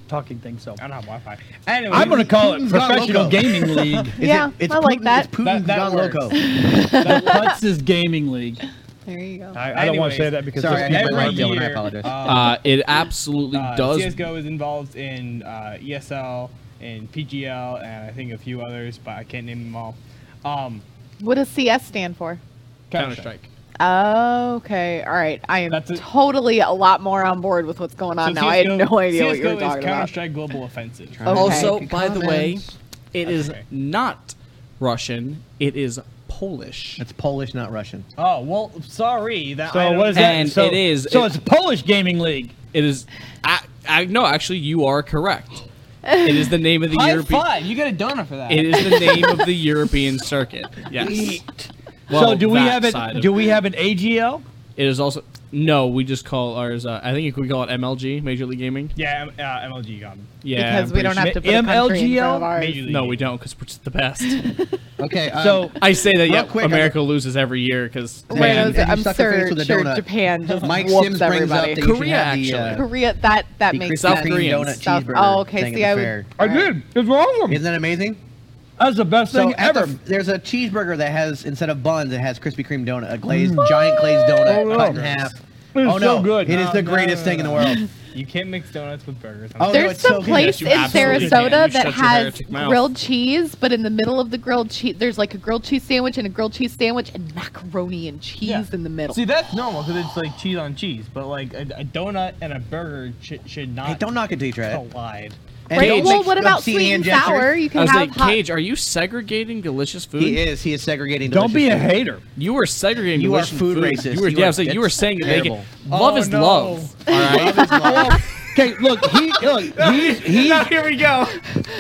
Speaker 2: talking thing. So
Speaker 4: I don't have Wi-Fi. Anyway,
Speaker 2: I'm gonna call it
Speaker 5: Putin's gone
Speaker 2: professional
Speaker 5: loco.
Speaker 2: gaming league.
Speaker 5: Is
Speaker 3: Yeah,
Speaker 5: it, it's
Speaker 3: I like
Speaker 5: Putin,
Speaker 3: that.
Speaker 5: It's Putin
Speaker 4: That- that
Speaker 5: gone
Speaker 4: works.
Speaker 5: loco.
Speaker 2: That's his gaming league.
Speaker 3: There you go.
Speaker 2: I, I don't want to say
Speaker 4: Anyways,
Speaker 2: that because those
Speaker 5: sorry,
Speaker 2: people
Speaker 5: I had my
Speaker 2: are
Speaker 4: every
Speaker 5: Lord Dylan, I
Speaker 4: year,
Speaker 5: apologize.
Speaker 1: Uh, it absolutely
Speaker 4: uh,
Speaker 1: does.
Speaker 4: CS:GO is involved in uh, ESL and PGL and I think a few others, but I can't name them all. Um,
Speaker 3: What does CS stand for?
Speaker 1: Counter Strike.
Speaker 3: Okay, all right. I am
Speaker 4: That's it.
Speaker 3: totally a lot more on board with what's going on
Speaker 4: so
Speaker 3: now. I had
Speaker 4: CS:GO
Speaker 3: no idea what you were
Speaker 4: CS:GO
Speaker 3: talking
Speaker 4: is
Speaker 3: about.
Speaker 4: Counter-Strike Global Offensive.
Speaker 5: Okay.
Speaker 1: Also,
Speaker 5: Good
Speaker 1: by the way,
Speaker 5: comments.
Speaker 1: it is
Speaker 4: okay.
Speaker 1: not Russian. It is Polish.
Speaker 5: That's Polish, not Russian.
Speaker 4: Oh well, sorry. That
Speaker 2: So
Speaker 4: item-
Speaker 2: what is that?
Speaker 1: And
Speaker 2: so,
Speaker 1: it is-
Speaker 2: So
Speaker 1: it-
Speaker 2: it's a Polish gaming league.
Speaker 1: It is. I, I no, actually, you are correct. It is the name of the European.
Speaker 4: You get a donut for that.
Speaker 1: It is the name of the European circuit. Yes.
Speaker 2: so do we
Speaker 1: that
Speaker 2: have
Speaker 1: side
Speaker 2: it?
Speaker 1: of
Speaker 2: Do we have an AGL?
Speaker 1: It is also no. We just call ours. Uh, I think we call it MLG, Major League Gaming.
Speaker 4: yeah, um, uh, MLG got him.
Speaker 1: Yeah,
Speaker 3: Because
Speaker 1: I'm
Speaker 3: we
Speaker 1: pretty
Speaker 3: don't
Speaker 1: sure-
Speaker 3: have to put a country in front
Speaker 2: MLGL?
Speaker 3: of ours.
Speaker 4: Major League.
Speaker 1: No, we don't, because we're just the best.
Speaker 5: Okay. Um,
Speaker 2: So
Speaker 1: I say that. Yeah,
Speaker 5: Real quick, I-
Speaker 1: America loses every year because
Speaker 3: Wait, uh,
Speaker 5: Man,
Speaker 3: I
Speaker 5: and you
Speaker 3: am
Speaker 5: suck your face
Speaker 3: sure,
Speaker 5: with a
Speaker 3: sure
Speaker 5: donut.
Speaker 3: Japan just
Speaker 5: Mike
Speaker 3: whoops
Speaker 5: Sims brings
Speaker 3: everybody.
Speaker 5: up that you should
Speaker 1: Korea,
Speaker 5: have the, uh,
Speaker 1: actually.
Speaker 3: Korea, that that
Speaker 5: the
Speaker 3: makes
Speaker 5: Krispy
Speaker 1: South
Speaker 5: Kreme
Speaker 3: sense.
Speaker 1: Koreans.
Speaker 5: donut
Speaker 3: Stuff-
Speaker 5: cheeseburger
Speaker 3: oh, okay,
Speaker 5: thing at
Speaker 3: see,
Speaker 5: the
Speaker 3: I would-
Speaker 5: fair.
Speaker 2: I did. It's awesome.
Speaker 5: Isn't that amazing?
Speaker 2: That's the best
Speaker 5: So
Speaker 2: thing
Speaker 5: at the
Speaker 2: ever.
Speaker 5: f- there's a cheeseburger that has instead of buns, it has Krispy Kreme donut, a glazed giant glazed donut
Speaker 2: Oh, no.
Speaker 5: cut in half.
Speaker 2: It is
Speaker 5: oh no,
Speaker 2: so good.
Speaker 5: It is
Speaker 2: No,
Speaker 5: the
Speaker 2: no,
Speaker 5: greatest
Speaker 2: no,
Speaker 5: thing
Speaker 2: no.
Speaker 5: in the world.
Speaker 4: You can't mix donuts with burgers.
Speaker 5: Oh,
Speaker 4: sorry.
Speaker 5: no,
Speaker 3: There's
Speaker 5: it's so
Speaker 3: some
Speaker 5: good.
Speaker 1: Yes,
Speaker 3: place in
Speaker 1: you absolutely can.
Speaker 3: Sarasota
Speaker 1: You
Speaker 3: that
Speaker 1: shut your
Speaker 3: has
Speaker 1: heretic mouth.
Speaker 3: grilled cheese, but in the middle of the grilled cheese, there's like a grilled cheese sandwich and a grilled cheese sandwich and macaroni and cheese
Speaker 4: Yeah.
Speaker 3: in the middle.
Speaker 4: See, that's normal because it's like cheese on cheese, but like a, a donut and a burger sh- should not
Speaker 5: Hey, don't knock it till you try it.
Speaker 4: collide.
Speaker 5: And
Speaker 3: right?
Speaker 5: don't
Speaker 3: Well,
Speaker 5: make
Speaker 3: what about
Speaker 5: obscene
Speaker 3: sweet and
Speaker 5: gestures.
Speaker 3: sour? You
Speaker 1: I
Speaker 3: can
Speaker 1: was
Speaker 3: have
Speaker 1: like,
Speaker 3: hot.
Speaker 1: Cage, are you segregating delicious food?
Speaker 5: He is. He is segregating.
Speaker 2: Don't be a
Speaker 5: delicious food.
Speaker 2: hater.
Speaker 1: You were segregating
Speaker 5: You are
Speaker 1: delicious
Speaker 5: food racist.
Speaker 1: You were,
Speaker 5: You
Speaker 1: yeah,
Speaker 5: are-
Speaker 1: I was like, you were
Speaker 5: that's
Speaker 1: saying that they can,
Speaker 5: terrible.
Speaker 1: love
Speaker 4: Oh,
Speaker 1: is
Speaker 4: no.
Speaker 1: love. All right.
Speaker 5: Love is love.
Speaker 2: Okay, look, he look, he's he's
Speaker 1: here we go.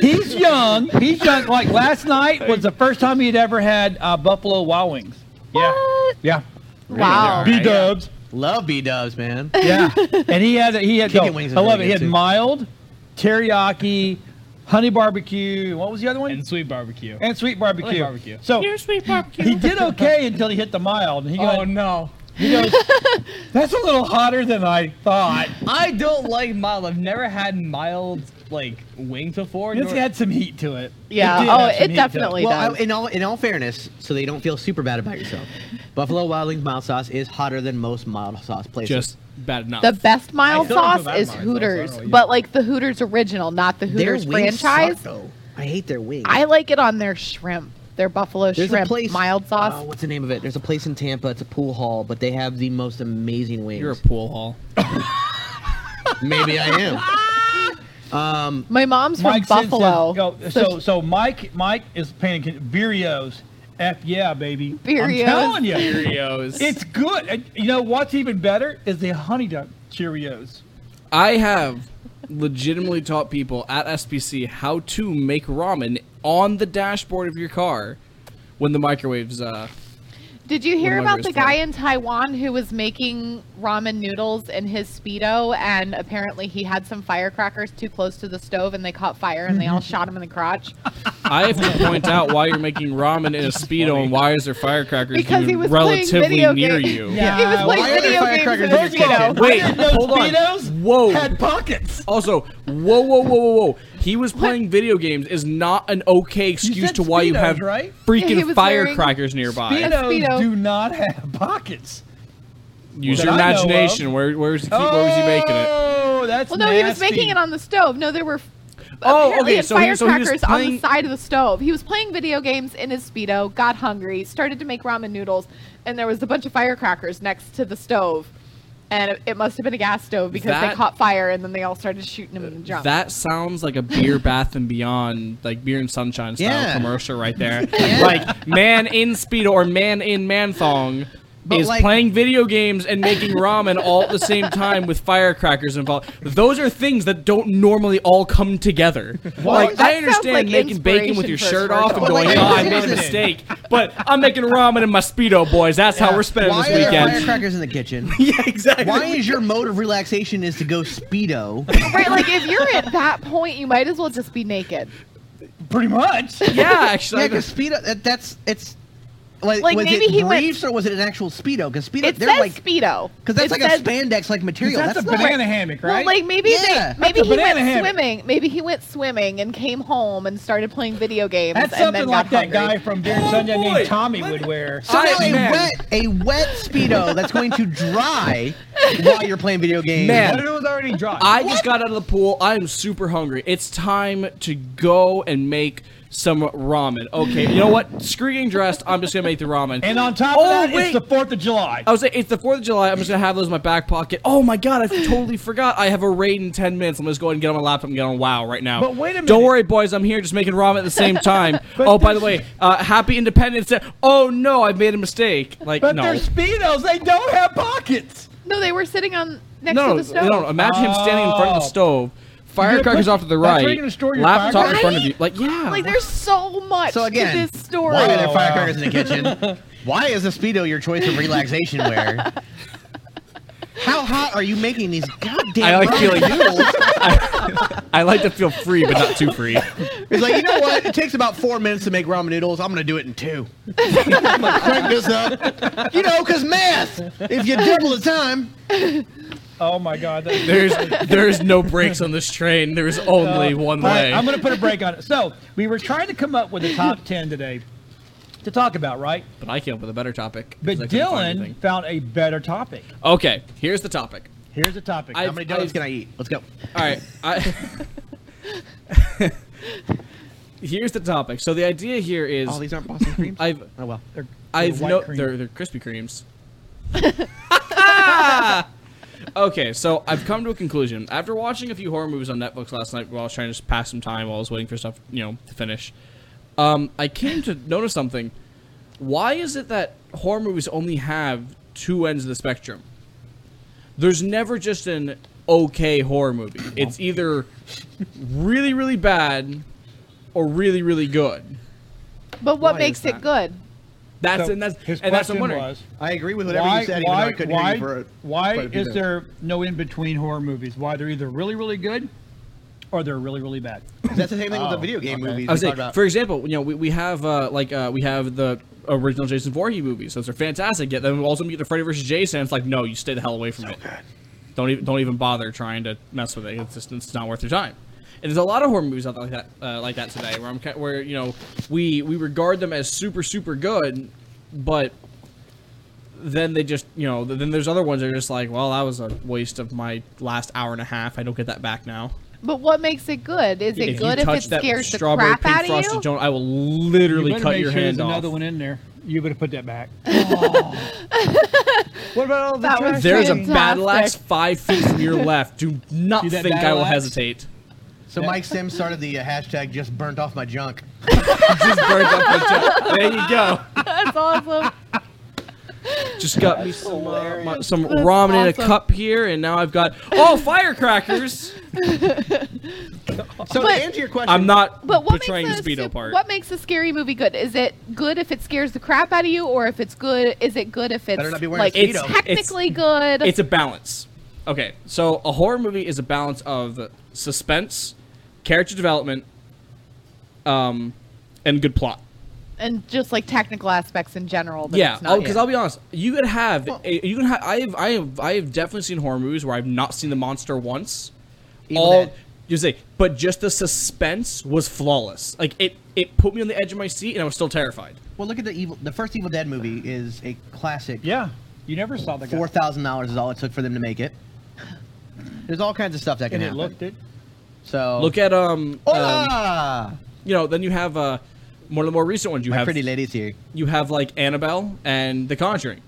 Speaker 2: he's young. He's young. Like last night was the first time he'd ever had uh, Buffalo Wild Wings.
Speaker 3: What?
Speaker 2: Yeah.
Speaker 3: Wow.
Speaker 1: Really?
Speaker 2: B Dubs.
Speaker 5: Love B dubs, man.
Speaker 2: Yeah. and he had he had
Speaker 5: Chicken
Speaker 2: no,
Speaker 5: wings is
Speaker 2: I love
Speaker 5: really
Speaker 2: it. He
Speaker 5: good,
Speaker 2: had
Speaker 5: too.
Speaker 2: mild, teriyaki, honey barbecue. What was the other one?
Speaker 4: And sweet barbecue.
Speaker 2: and sweet barbecue.
Speaker 4: Like barbecue.
Speaker 2: So
Speaker 1: sweet barbecue.
Speaker 2: he did okay until he hit the mild, and he
Speaker 4: oh
Speaker 2: goes,
Speaker 4: no.
Speaker 2: he goes, "That's a little hotter than I thought."
Speaker 4: I don't like mild. I've never had mild like wings before.
Speaker 2: It's
Speaker 4: nor-
Speaker 2: had some heat to it.
Speaker 3: Yeah.
Speaker 2: did
Speaker 3: Oh,
Speaker 2: have some heat
Speaker 3: it
Speaker 2: to
Speaker 3: definitely
Speaker 5: Well, I,
Speaker 3: does.
Speaker 5: in all in all fairness, so that you don't feel super bad about yourself, Buffalo Wild Wings mild sauce is hotter than most mild sauce places.
Speaker 1: Just bad enough.
Speaker 3: the best mild
Speaker 4: feel like
Speaker 3: sauce
Speaker 4: that
Speaker 3: is
Speaker 4: mild sauce, I don't
Speaker 3: Hooters,
Speaker 4: know, yeah.
Speaker 3: but like the Hooters original, not the
Speaker 5: their
Speaker 3: Hooters
Speaker 5: wings suck,
Speaker 3: franchise.
Speaker 5: though. I hate their wings.
Speaker 3: I like it on their shrimp, their buffalo
Speaker 5: There's
Speaker 3: shrimp
Speaker 5: a place
Speaker 3: mild
Speaker 5: Oh,
Speaker 3: sauce.
Speaker 5: what's the name of it? There's a place in Tampa. It's a pool hall, but they have the most amazing wings.
Speaker 1: You're a pool hall.
Speaker 5: Maybe I am.
Speaker 3: My mom's from
Speaker 2: Mike sends
Speaker 3: Buffalo.
Speaker 2: us-
Speaker 3: so
Speaker 2: go- so, so Mike, Mike is panicking. Birrios, f yeah, baby.
Speaker 3: Birrios.
Speaker 2: I'm telling you,
Speaker 1: Cheerios.
Speaker 2: it's good. And you know what's even better is the honey dunk Cheerios.
Speaker 1: I have legitimately taught people at SPC how to make ramen on the dashboard of your car when the microwave's uh
Speaker 3: Did you hear
Speaker 1: Whatever
Speaker 3: about
Speaker 1: it's
Speaker 3: the guy
Speaker 1: for.
Speaker 3: in Taiwan who was making ramen noodles in his Speedo and apparently he had some firecrackers too close to the stove and they caught fire and they all shot him in the crotch?
Speaker 1: I have to point out why you're making ramen in a speedo and why is there firecrackers
Speaker 3: Because he
Speaker 1: even
Speaker 3: was playing
Speaker 1: relatively
Speaker 3: video
Speaker 1: near
Speaker 3: games.
Speaker 1: you.
Speaker 2: Yeah.
Speaker 3: he was
Speaker 2: Uh,
Speaker 5: why are
Speaker 3: playing
Speaker 5: there
Speaker 3: video games in
Speaker 5: firecrackers
Speaker 3: his
Speaker 5: in your
Speaker 3: Speedo.
Speaker 5: kitchen?
Speaker 1: Wait,
Speaker 2: I didn't know
Speaker 1: hold on.
Speaker 2: Speedos
Speaker 1: Whoa.
Speaker 2: had pockets.
Speaker 1: Also, whoa, whoa, whoa, whoa, whoa! He was playing video games is not an okay excuse
Speaker 2: said
Speaker 1: to why you
Speaker 2: Speedos,
Speaker 1: have
Speaker 2: right?
Speaker 3: Yeah, he
Speaker 1: freaking
Speaker 3: was wearing
Speaker 1: firecrackers nearby.
Speaker 3: Speedo.
Speaker 2: Speedos do not have pockets.
Speaker 1: Use
Speaker 2: that
Speaker 1: your
Speaker 2: I know of.
Speaker 1: imagination. Where, where's he, where was he making it?
Speaker 2: Oh, that's
Speaker 3: Well, no, he was making it on the stove. No, there were. f-
Speaker 1: Oh,
Speaker 3: apparently
Speaker 1: okay,
Speaker 3: had
Speaker 1: so he- so he was
Speaker 3: firecrackers on
Speaker 1: playing-
Speaker 3: the side of the stove. He was playing video games in his speedo. Got hungry, started to make ramen noodles, and there was a bunch of firecrackers next to the stove, and it, it must have been a gas stove because they
Speaker 1: That-
Speaker 3: caught fire and then they all started shooting him in the junk.
Speaker 1: That sounds like a beer bath and beyond, like beer and sunshine style
Speaker 5: Yeah.
Speaker 1: commercial right there. Like man in speedo or man in man thong
Speaker 5: But
Speaker 1: is
Speaker 5: like-
Speaker 1: playing video games and making ramen all at the same time with firecrackers involved. Those are things that don't normally all come together. like
Speaker 3: that
Speaker 1: I
Speaker 3: sounds
Speaker 1: understand
Speaker 3: like
Speaker 1: making bacon with
Speaker 3: inspiration
Speaker 1: your
Speaker 3: for a
Speaker 1: shirt off and
Speaker 3: commercial.
Speaker 1: going,
Speaker 5: But
Speaker 1: "Oh,
Speaker 5: like-
Speaker 1: I made a mistake," but I'm making ramen in my speedo, boys. That's how we're spending
Speaker 5: Why
Speaker 1: this
Speaker 5: are there
Speaker 1: weekend.
Speaker 5: firecrackers in the kitchen?
Speaker 1: yeah, exactly.
Speaker 5: Why is your mode of relaxation is to go speedo?
Speaker 3: right? Like if you're at that point, you might as well just be naked.
Speaker 2: pretty much.
Speaker 1: yeah,
Speaker 5: yeah,
Speaker 1: actually.
Speaker 5: because speedo. That, that's it's. Like,
Speaker 3: Like,
Speaker 5: was
Speaker 3: maybe
Speaker 5: it
Speaker 3: he went-
Speaker 5: briefs or was it an actual speedo? Because speedo,
Speaker 3: It
Speaker 5: they're
Speaker 3: says
Speaker 5: like
Speaker 3: speedo
Speaker 5: because that's
Speaker 3: It
Speaker 5: like
Speaker 3: says-
Speaker 5: a spandex like material.
Speaker 2: That's,
Speaker 5: That's,
Speaker 2: a
Speaker 5: not
Speaker 2: banana hammock,
Speaker 3: Well,
Speaker 2: right?
Speaker 3: like maybe
Speaker 5: Yeah,
Speaker 3: they
Speaker 5: that's
Speaker 3: maybe
Speaker 2: a
Speaker 3: he went
Speaker 2: banana hammock.
Speaker 3: swimming. Maybe he went swimming and came home and started playing video games.
Speaker 2: that's
Speaker 3: and
Speaker 2: something
Speaker 3: then
Speaker 2: like
Speaker 3: got
Speaker 2: that guy
Speaker 3: hungry.
Speaker 2: from Beer and Sunday
Speaker 1: Oh, boy.
Speaker 2: named Tommy would wear.
Speaker 5: So now
Speaker 1: I-
Speaker 5: a
Speaker 1: man.
Speaker 5: wet, a wet speedo that's going to dry while you're playing video games.
Speaker 1: Man.
Speaker 4: But it was already dry.
Speaker 1: I just got out of the pool. I am super hungry. It's time to go and make some ramen. Okay, you know what? Screw getting dressed. I'm just gonna make the ramen.
Speaker 2: And on top of
Speaker 1: Oh,
Speaker 2: that,
Speaker 1: wait.
Speaker 2: it's the Fourth of July.
Speaker 1: I was like, it's the Fourth of July. I'm just gonna have those in my back pocket. Oh my god, I totally forgot. I have a raid in ten minutes. I'm just going to get on my laptop and get on WoW right now.
Speaker 2: But wait a
Speaker 1: Don't
Speaker 2: minute.
Speaker 1: worry, boys. I'm here, just making ramen at the same time. oh, by the way, uh, Happy Independence Day. Oh no, I made a mistake. Like
Speaker 2: But
Speaker 1: no.
Speaker 2: they're speedos. They don't have pockets.
Speaker 3: No, they were sitting on next
Speaker 1: no,
Speaker 3: to
Speaker 1: no,
Speaker 3: the stove.
Speaker 1: no, no, Imagine him standing in front of the
Speaker 2: Oh.
Speaker 1: stove, firecrackers
Speaker 2: put-
Speaker 1: off to the
Speaker 2: that's where
Speaker 1: right,
Speaker 2: you're gonna store your
Speaker 1: laptop in
Speaker 2: firecrackers?
Speaker 1: front of you. Like, yeah.
Speaker 3: Like there's so much
Speaker 5: So again,
Speaker 3: to this story.
Speaker 5: why are
Speaker 2: Wow.
Speaker 5: there firecrackers in the kitchen? Why is a speedo your choice of relaxation wear? How hot are you making these goddamn
Speaker 1: I like
Speaker 5: ramen
Speaker 1: feeling-
Speaker 5: noodles?
Speaker 1: I like to feel free, but not too free.
Speaker 5: It's like you know what? It takes about four minutes to make ramen noodles. I'm gonna do it in two. I'm gonna crank this up. You know, cause math. If you double the time,
Speaker 2: Oh my God. that-
Speaker 1: There's there's no brakes on this train. There's only one
Speaker 2: All right,
Speaker 1: way.
Speaker 2: Uh, I'm going to put a break on it. So we were trying to come up with a top ten today to talk about, right?
Speaker 1: but I came up with a better topic. 'cause
Speaker 2: But
Speaker 1: I couldn't find
Speaker 2: Dylan
Speaker 1: anything.
Speaker 2: found a better topic.
Speaker 1: Okay, here's the topic.
Speaker 2: Here's the topic.
Speaker 1: I-
Speaker 5: How many donuts
Speaker 1: I've-
Speaker 5: can I eat? Let's go.
Speaker 1: All right. I, here's the topic. So the idea here is
Speaker 5: Oh, these aren't Boston creams.
Speaker 1: I've
Speaker 5: oh well.
Speaker 2: They're-
Speaker 1: I've
Speaker 2: they're
Speaker 1: no
Speaker 2: white cream.
Speaker 1: they're they're Krispy Kremes. okay, so I've come to a conclusion after watching a few horror movies on Netflix last night while I was trying to just pass some time while I was waiting for stuff you know to finish. Um, I came to notice something. Why is it that horror movies only have two ends of the spectrum? There's never just an okay horror movie. It's either really really bad or really really good.
Speaker 3: But what
Speaker 5: Why
Speaker 3: makes
Speaker 5: is
Speaker 3: it
Speaker 5: that?
Speaker 3: good?
Speaker 1: That's
Speaker 2: So
Speaker 1: and that's
Speaker 2: his
Speaker 1: and that's what I'm
Speaker 2: question
Speaker 1: wondering.
Speaker 2: was,
Speaker 5: I agree with whatever
Speaker 2: why,
Speaker 5: you said, even though I
Speaker 2: why,
Speaker 5: couldn't hear
Speaker 2: why,
Speaker 5: you for
Speaker 2: why
Speaker 5: quite a few
Speaker 2: is
Speaker 5: minutes.
Speaker 2: there no in between horror movies? Why they're either really, really good or they're really, really bad.
Speaker 5: That's the same thing with the
Speaker 2: Oh,
Speaker 5: video game
Speaker 2: okay.
Speaker 5: movies.
Speaker 1: I was
Speaker 5: we talked
Speaker 1: saying,
Speaker 5: about.
Speaker 1: for example, you know, we, we have uh, like uh, we have the original Jason Voorhees movies. Those are fantastic. Yet then we also get the Freddy vs. Jason. It's like, no, you stay the hell away from it. Don't even don't even bother trying to mess with it. It's just it's not worth your time. And there's a lot of horror movies out there like that uh, like that today, where I'm ki- where you know we we regard them as super super good, but then they just you know then there's other ones that are just like, well, that was a waste of my last hour and a half. I don't get that back now.
Speaker 3: But what makes it good? Is it good if it scares the crap out of you?
Speaker 1: Frosted Joan, I will literally
Speaker 2: better
Speaker 1: cut
Speaker 2: make
Speaker 1: your
Speaker 2: sure
Speaker 1: hand
Speaker 2: there's
Speaker 1: off.
Speaker 2: another one in there. You better put that back. what about all the
Speaker 3: That was
Speaker 2: trash?
Speaker 1: There's a
Speaker 2: cans?
Speaker 1: battle axe
Speaker 3: Fantastic.
Speaker 1: five feet from your left. Do not
Speaker 2: See that
Speaker 1: think I
Speaker 2: battle
Speaker 1: will
Speaker 2: axe?
Speaker 1: hesitate.
Speaker 5: so Mike Sims started the uh, hashtag just burnt off my junk.
Speaker 1: Just burned up my jaw. There you go.
Speaker 3: That's awesome.
Speaker 1: Just got me some uh, my- some
Speaker 3: That's
Speaker 1: ramen in a
Speaker 3: awesome.
Speaker 1: cup here, and now I've got oh firecrackers.
Speaker 5: So
Speaker 3: But-
Speaker 5: to answer your question,
Speaker 1: I'm not
Speaker 3: But what
Speaker 1: betraying
Speaker 3: makes
Speaker 1: the
Speaker 3: a,
Speaker 1: speedo
Speaker 3: sup-
Speaker 1: part.
Speaker 3: What makes a scary movie good? Is it good if it scares the crap out of you, or if it's good? Is it good if it's
Speaker 5: Better not be wearing a
Speaker 3: like
Speaker 5: Speedo. It's-
Speaker 3: technically good?
Speaker 1: it's a balance. Okay, so a horror movie is a balance of suspense, character development, um, and good plot.
Speaker 3: and just like technical aspects in general. But
Speaker 1: yeah,
Speaker 3: it's not
Speaker 1: because I'll be honest, you could have a, you can have I've I have I have definitely seen horror movies where I've not seen the monster once.
Speaker 5: Evil
Speaker 1: All
Speaker 5: Dead.
Speaker 1: you say, but just the suspense was flawless. Like it it put me on the edge of my seat, and I was still terrified.
Speaker 5: well, look at the evil. The first Evil Dead movie is a classic.
Speaker 2: Yeah, you never saw the guy.
Speaker 5: Four thousand dollars is all it took for them to make it. There's all kinds of stuff that can
Speaker 2: and it
Speaker 5: happen.
Speaker 2: looked it.
Speaker 5: so
Speaker 1: Look at um,
Speaker 5: Oh,
Speaker 1: um,
Speaker 5: Hola!
Speaker 1: you know, then you have uh, one of the more recent ones. You
Speaker 5: my
Speaker 1: have
Speaker 5: pretty ladies here.
Speaker 1: you have like Annabelle and The Conjuring.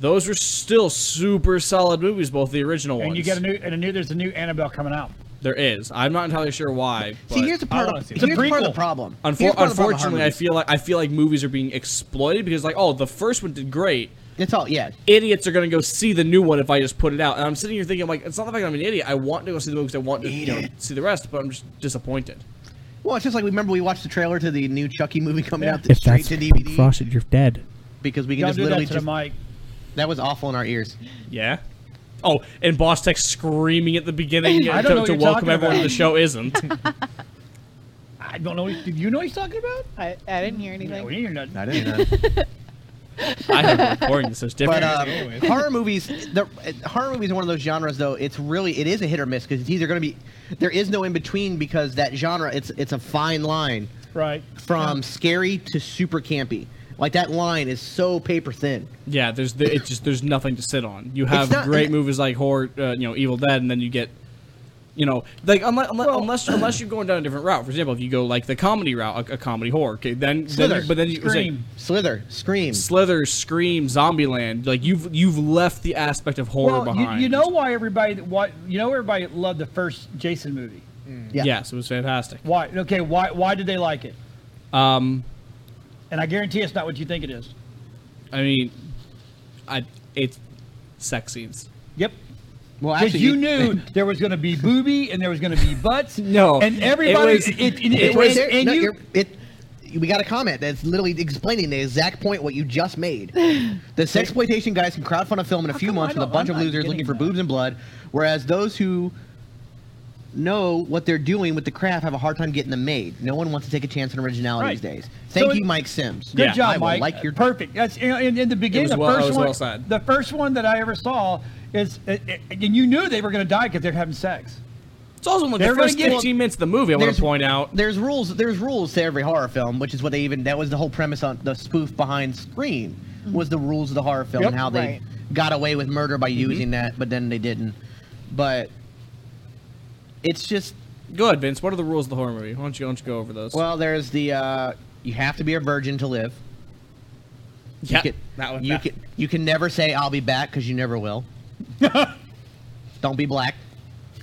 Speaker 1: Those were still super solid movies, both the original
Speaker 2: And
Speaker 1: ones.
Speaker 2: you get a new and a new. There's a new Annabelle coming out.
Speaker 1: there is. I'm not entirely sure why.
Speaker 5: see,
Speaker 1: but-
Speaker 5: here's the part.
Speaker 4: wanna
Speaker 5: Of,
Speaker 4: see it.
Speaker 5: here's the part of the
Speaker 2: It's a prequel.
Speaker 5: problem. Here's
Speaker 1: Unfor-
Speaker 5: part of the problem with horror
Speaker 1: unfortunately, I
Speaker 5: movies.
Speaker 1: feel like I feel like movies are being exploited because like, oh, the first one did great.
Speaker 5: it's all yeah.
Speaker 1: Idiots are gonna go see the new one if I just put it out. And I'm sitting here thinking, like, it's not the fact I'm an idiot. I want to go see the movies. I want to you know, see the rest, but I'm just disappointed.
Speaker 5: Well, it's just like we remember we watched the trailer to the new Chucky movie coming
Speaker 2: Yeah.
Speaker 5: out that's straight to DVD
Speaker 6: Frosted, you're dead.
Speaker 5: because we can
Speaker 2: Don't
Speaker 5: just
Speaker 2: do that
Speaker 5: literally
Speaker 2: to the
Speaker 5: just
Speaker 2: mic.
Speaker 5: that was awful in our ears.
Speaker 1: Yeah. Oh, and Boss Tech screaming at the beginning
Speaker 2: I
Speaker 1: uh,
Speaker 2: don't know
Speaker 1: to,
Speaker 2: what
Speaker 1: to
Speaker 2: you're
Speaker 1: welcome
Speaker 2: talking
Speaker 1: everyone to
Speaker 2: about.
Speaker 1: the show isn't.
Speaker 2: I don't know. Did you know what he's talking about?
Speaker 3: I, I didn't hear anything.
Speaker 2: No, we didn't hear nothing.
Speaker 5: I didn't know.
Speaker 1: I have a recording that's so different.
Speaker 5: But
Speaker 2: uh,
Speaker 5: um, horror movies, the, uh, horror movies are one of those genres though. It's really it is a hit or miss because it's either going to be there is no in between because that genre it's it's a fine line
Speaker 2: Right.
Speaker 5: from scary to super campy. Like that line is so paper thin.
Speaker 1: yeah, there's the, it's just there's nothing to sit on. You have
Speaker 5: not-
Speaker 1: great movies like horror, uh, you know, Evil Dead, and then you get, you know, like unless unless unless, unless you're going down a different route. For example, if you go like the comedy route, a, a comedy horror, okay, then, then
Speaker 5: Slither,
Speaker 1: you- but then you it's like,
Speaker 2: Scream.
Speaker 5: Slither, Scream.
Speaker 1: Slither, Scream, Zombieland, like you've you've left the aspect of horror
Speaker 2: Well, you-
Speaker 1: behind.
Speaker 2: You, know why everybody why you know everybody loved the first Jason movie.
Speaker 5: yeah.
Speaker 1: yes, it was fantastic.
Speaker 2: Why? Okay, why why did they like it?
Speaker 1: Um,
Speaker 2: And I guarantee it's not what you think it is.
Speaker 1: I mean, I it's sex scenes.
Speaker 2: Yep.
Speaker 5: Well,
Speaker 2: Because
Speaker 5: actually,
Speaker 2: you knew there was going to be booby and there was going to be butts.
Speaker 1: No,
Speaker 2: And
Speaker 1: it
Speaker 2: everybody.
Speaker 1: was-
Speaker 2: It, it, it,
Speaker 1: it
Speaker 5: Right
Speaker 1: was-
Speaker 2: and-
Speaker 5: there,
Speaker 2: and
Speaker 5: no,
Speaker 2: you-
Speaker 5: you're- it, we got a comment that's literally explaining the exact point what you just made. The sexploitation guys can crowdfund a film in a few
Speaker 2: come
Speaker 5: months
Speaker 2: I
Speaker 5: with a
Speaker 2: don't-
Speaker 5: bunch
Speaker 2: I'm
Speaker 5: of
Speaker 2: not
Speaker 5: losers looking
Speaker 2: getting
Speaker 5: for
Speaker 2: that?
Speaker 5: boobs and blood, whereas those who know what they're doing with the craft have a hard time getting them made. No one wants to take a chance on originality
Speaker 2: Right.
Speaker 5: these days. Thank
Speaker 2: So
Speaker 5: you,
Speaker 2: it-
Speaker 5: Mike Sims.
Speaker 2: Good
Speaker 1: Yeah,
Speaker 5: I
Speaker 2: job,
Speaker 5: will
Speaker 2: Mike.
Speaker 5: Like your
Speaker 2: Perfect. That's you know, in, in the beginning.
Speaker 1: was
Speaker 2: the
Speaker 1: well- that
Speaker 2: first
Speaker 1: was
Speaker 2: one,
Speaker 1: well said.
Speaker 2: the first one that I ever saw is, it, it- and you knew they were going to die because they're having sex.
Speaker 1: It's also like
Speaker 2: They're
Speaker 1: the
Speaker 2: gonna
Speaker 1: first
Speaker 2: get-
Speaker 1: 15 minutes of the movie. I want
Speaker 5: There's-
Speaker 1: to point out.
Speaker 5: There's rules. There's rules to every horror film, which is what they even. That was the whole premise on the spoof behind Scream was the rules of the horror film
Speaker 2: Yep.
Speaker 5: and how they
Speaker 3: Right.
Speaker 5: got away with murder by
Speaker 1: Mm-hmm.
Speaker 5: using that, but then they didn't. But it's just
Speaker 1: Go ahead, Vince. What are the rules of the horror movie? Why don't you, why don't you go over those?
Speaker 5: well, there's the uh, you have to be a virgin to live. You
Speaker 1: yeah,
Speaker 5: can,
Speaker 1: that one.
Speaker 5: you
Speaker 1: that-
Speaker 5: can you can never say I'll be back because you never will. Don't be black.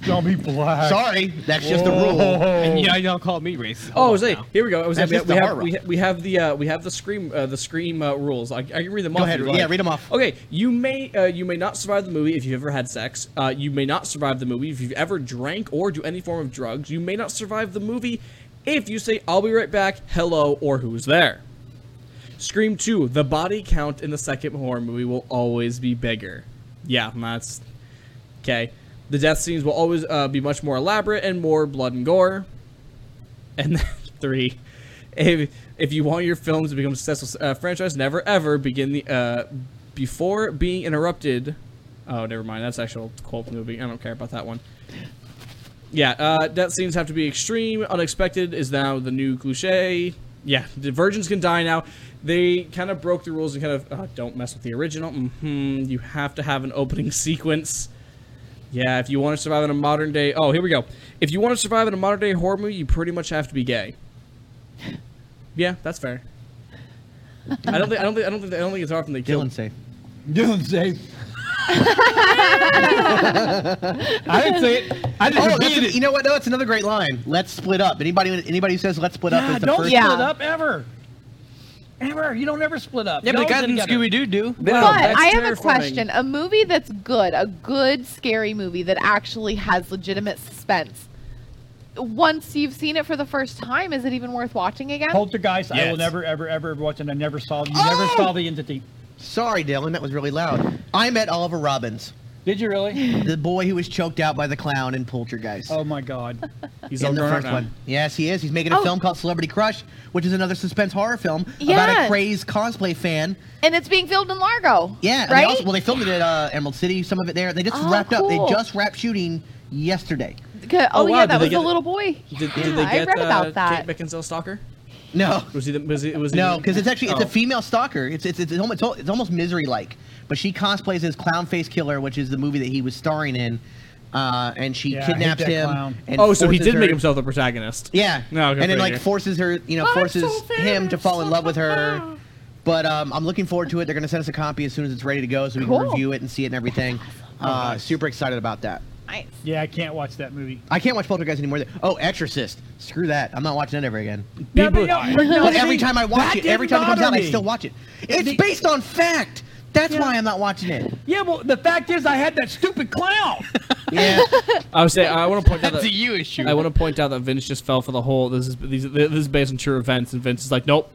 Speaker 2: Don't be black. Oh.
Speaker 5: Sorry, that's just the rule.
Speaker 4: And yeah, y'all call me racist.
Speaker 1: Oh,
Speaker 4: Hold on
Speaker 1: say,
Speaker 4: now.
Speaker 1: here we go. I was
Speaker 5: That's
Speaker 1: we,
Speaker 5: just
Speaker 1: we
Speaker 5: the
Speaker 1: have,
Speaker 5: horror.
Speaker 1: we, ha- we have the uh, we have the scream uh, the scream uh, rules. I, I can read them off. if
Speaker 5: ahead,
Speaker 1: you'd
Speaker 5: yeah,
Speaker 1: like.
Speaker 5: read 'em off.
Speaker 1: Okay, you may uh, you may not survive the movie if you've ever had sex. Uh, you may not survive the movie if you've ever drank or do any form of drugs. You may not survive the movie if you say "I'll be right back," "Hello," or "Who's there." Scream two: The body count in the second horror movie will always be bigger. Yeah, that's okay. The death scenes will always uh, be much more elaborate and more blood and gore. And then three, if, if you want your film to become a successful uh, franchise, never ever begin the uh, before being interrupted. Oh, never mind. That's actual quote from the movie. I don't care about that one. Yeah, uh, death scenes have to be extreme. Unexpected is now the new cliche. Yeah, the virgins can die now. They kind of broke the rules and kind of uh, don't mess with the original. hmm You have to have an opening sequence. Yeah, if you want to survive in a modern day. Oh, here we go. If you want to survive in a modern day horror movie, you pretty much have to be gay. Yeah, that's fair. I don't think I don't think I don't think I don't think it's hard from the kill.
Speaker 5: Dylan safe.
Speaker 2: Doing safe. I didn't say it. I just
Speaker 5: Oh, that's
Speaker 2: repeated
Speaker 5: a-
Speaker 2: it.
Speaker 5: you know what? No, that's another great line. Let's split up. Anybody anybody who says let's split up
Speaker 2: yeah,
Speaker 5: is the
Speaker 2: don't
Speaker 5: first.
Speaker 3: Yeah.
Speaker 2: split up ever. Ever. You don't ever split up.
Speaker 5: Yeah, but
Speaker 2: You
Speaker 5: the guy
Speaker 2: always
Speaker 5: in
Speaker 2: get together.
Speaker 5: Scooby Doo do.
Speaker 1: Wow,
Speaker 3: but
Speaker 1: that's
Speaker 3: I have a
Speaker 1: terrifying.
Speaker 3: question. A movie that's good, a good scary movie that actually has legitimate suspense. Once you've seen it for the first time, is it even worth watching again?
Speaker 2: Poltergeist, I will
Speaker 4: Yes.
Speaker 2: never, ever, ever watch it. I never saw you
Speaker 5: Oh!
Speaker 2: never saw the entity.
Speaker 5: Sorry, Dylan, that was really loud. I met Oliver Robbins,
Speaker 2: Did you really?
Speaker 5: the boy who was choked out by the clown in Poltergeist.
Speaker 2: Oh my god.
Speaker 1: He's
Speaker 5: in
Speaker 1: all
Speaker 5: the
Speaker 1: grown up
Speaker 5: first
Speaker 1: now.
Speaker 5: one. Yes, he is. He's making a
Speaker 3: Oh.
Speaker 5: film called Celebrity Crush, which is another suspense horror film about a
Speaker 3: Yes.
Speaker 5: crazed cosplay fan.
Speaker 3: and it's being filmed in Largo.
Speaker 5: Yeah, and they
Speaker 3: Right?
Speaker 5: also- well, they filmed it at uh, Emerald City. Some of it there. They just
Speaker 3: Oh,
Speaker 5: wrapped up. They
Speaker 3: cool.
Speaker 5: just wrapped shooting yesterday.
Speaker 3: Good-
Speaker 1: Oh,
Speaker 3: Oh,
Speaker 1: wow,
Speaker 3: yeah,
Speaker 1: did
Speaker 3: that
Speaker 1: they
Speaker 3: was
Speaker 1: get-
Speaker 3: the little boy.
Speaker 1: Did,
Speaker 3: yeah,
Speaker 1: did they get
Speaker 3: I read
Speaker 1: uh,
Speaker 3: about that.
Speaker 1: Kate Beckinsale stalker?
Speaker 5: No,
Speaker 1: Was he the was he was he
Speaker 5: no,
Speaker 1: the-
Speaker 5: because it's actually it's
Speaker 1: Oh.
Speaker 5: a female stalker. It's it's it's almost it's almost misery like. But she cosplays as Clown Face Killer, which is the movie that he was starring in, uh, and she
Speaker 2: Yeah, I hate
Speaker 5: kidnaps
Speaker 2: that
Speaker 5: him.
Speaker 2: clown.
Speaker 5: And
Speaker 1: Oh, so he
Speaker 5: forces
Speaker 1: did make
Speaker 5: her-
Speaker 1: himself Oh, the protagonist.
Speaker 5: Yeah.
Speaker 1: No,
Speaker 5: and
Speaker 1: good
Speaker 5: then
Speaker 1: for
Speaker 5: like
Speaker 1: you.
Speaker 5: forces her, you know, forces him to fall in love with her. But um, I'm looking forward to it. They're gonna send us a copy as soon as it's ready to go, so we can
Speaker 3: Cool.
Speaker 5: review it and see it and everything. Uh, super excited about that.
Speaker 3: Nice.
Speaker 2: Yeah, I can't watch that movie.
Speaker 5: I can't watch Poltergeist anymore. Oh, Exorcist. Screw that. I'm not watching it ever again.
Speaker 2: Yeah,
Speaker 1: People-
Speaker 2: but no- but no,
Speaker 5: But
Speaker 2: see,
Speaker 5: every time I watch
Speaker 2: that
Speaker 5: it, every time
Speaker 2: didn't
Speaker 5: it comes out,
Speaker 2: bother
Speaker 5: I
Speaker 2: me.
Speaker 5: still watch it.
Speaker 2: the-
Speaker 5: It's based on fact. That's
Speaker 2: Yeah.
Speaker 5: why I'm not watching it.
Speaker 2: Yeah, well, the fact is, I had that stupid clown.
Speaker 5: Yeah.
Speaker 1: I would say I want to point out
Speaker 4: That's a
Speaker 1: that
Speaker 4: you issue.
Speaker 1: I want to point out that Vince just fell for the whole. This is these, this is based on true events, and Vince is like, nope,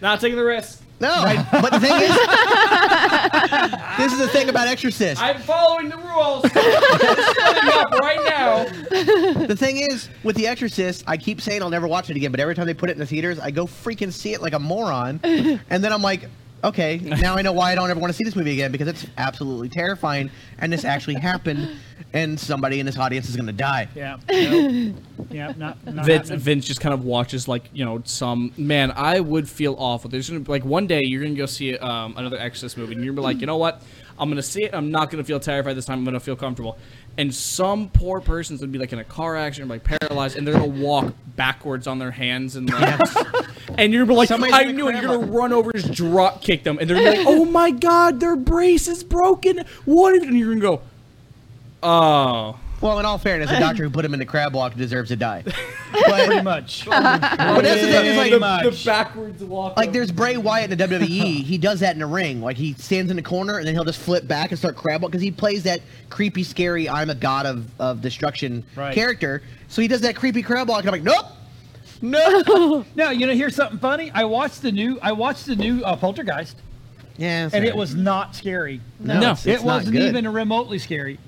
Speaker 1: not taking the risk.
Speaker 5: No, I, but the thing is, this is the thing about Exorcist.
Speaker 1: I'm following the rules. up right now.
Speaker 5: The thing is, with The Exorcist, I keep saying I'll never watch it again, but every time they put it in the theaters, I go freaking see it like a moron. and then I'm like, okay, now I know why I don't ever want to see this movie again because it's absolutely terrifying and this actually happened and somebody in this audience is going to die.
Speaker 2: yeah. No. Yeah, not, not
Speaker 1: Vince,
Speaker 2: happening.
Speaker 1: Vince just kind of watches like you know some man. I would feel awful. There's gonna like one day you're gonna go see um, another Exorcist movie, and you're gonna be like, you know what? I'm gonna see it. I'm not gonna feel terrified this time. I'm gonna feel comfortable. And some poor person's gonna be like in a car accident, like paralyzed, and they're gonna walk backwards on their hands and legs. and you're gonna be like,
Speaker 5: Somebody's
Speaker 1: I
Speaker 5: gonna
Speaker 1: knew it. You're
Speaker 5: cram
Speaker 1: gonna run over, just drop kick them, and they're gonna be like, oh my god, their brace is broken. What? If, and you're gonna go, oh.
Speaker 5: Well, in all fairness, the doctor who put him in the crab walk deserves to die.
Speaker 2: pretty
Speaker 5: But,
Speaker 2: much.
Speaker 5: but that's the thing is like,
Speaker 2: Pretty much.
Speaker 1: backwards walk.
Speaker 5: like there's Bray Wyatt in the WWE. He does that in the ring. Like he stands in the corner and then he'll just flip back and start crab because he plays that creepy, scary "I'm a god of of destruction"
Speaker 2: Right.
Speaker 5: character. So he does that creepy crab walk, and I'm like, nope, no.
Speaker 2: No, you know, here's something funny. I watched the new. I watched the new uh, Poltergeist,
Speaker 5: yeah,
Speaker 2: and it was not scary.
Speaker 5: no,
Speaker 1: No.
Speaker 5: it's,
Speaker 2: it
Speaker 5: it's not
Speaker 2: wasn't
Speaker 5: good.
Speaker 2: even remotely scary.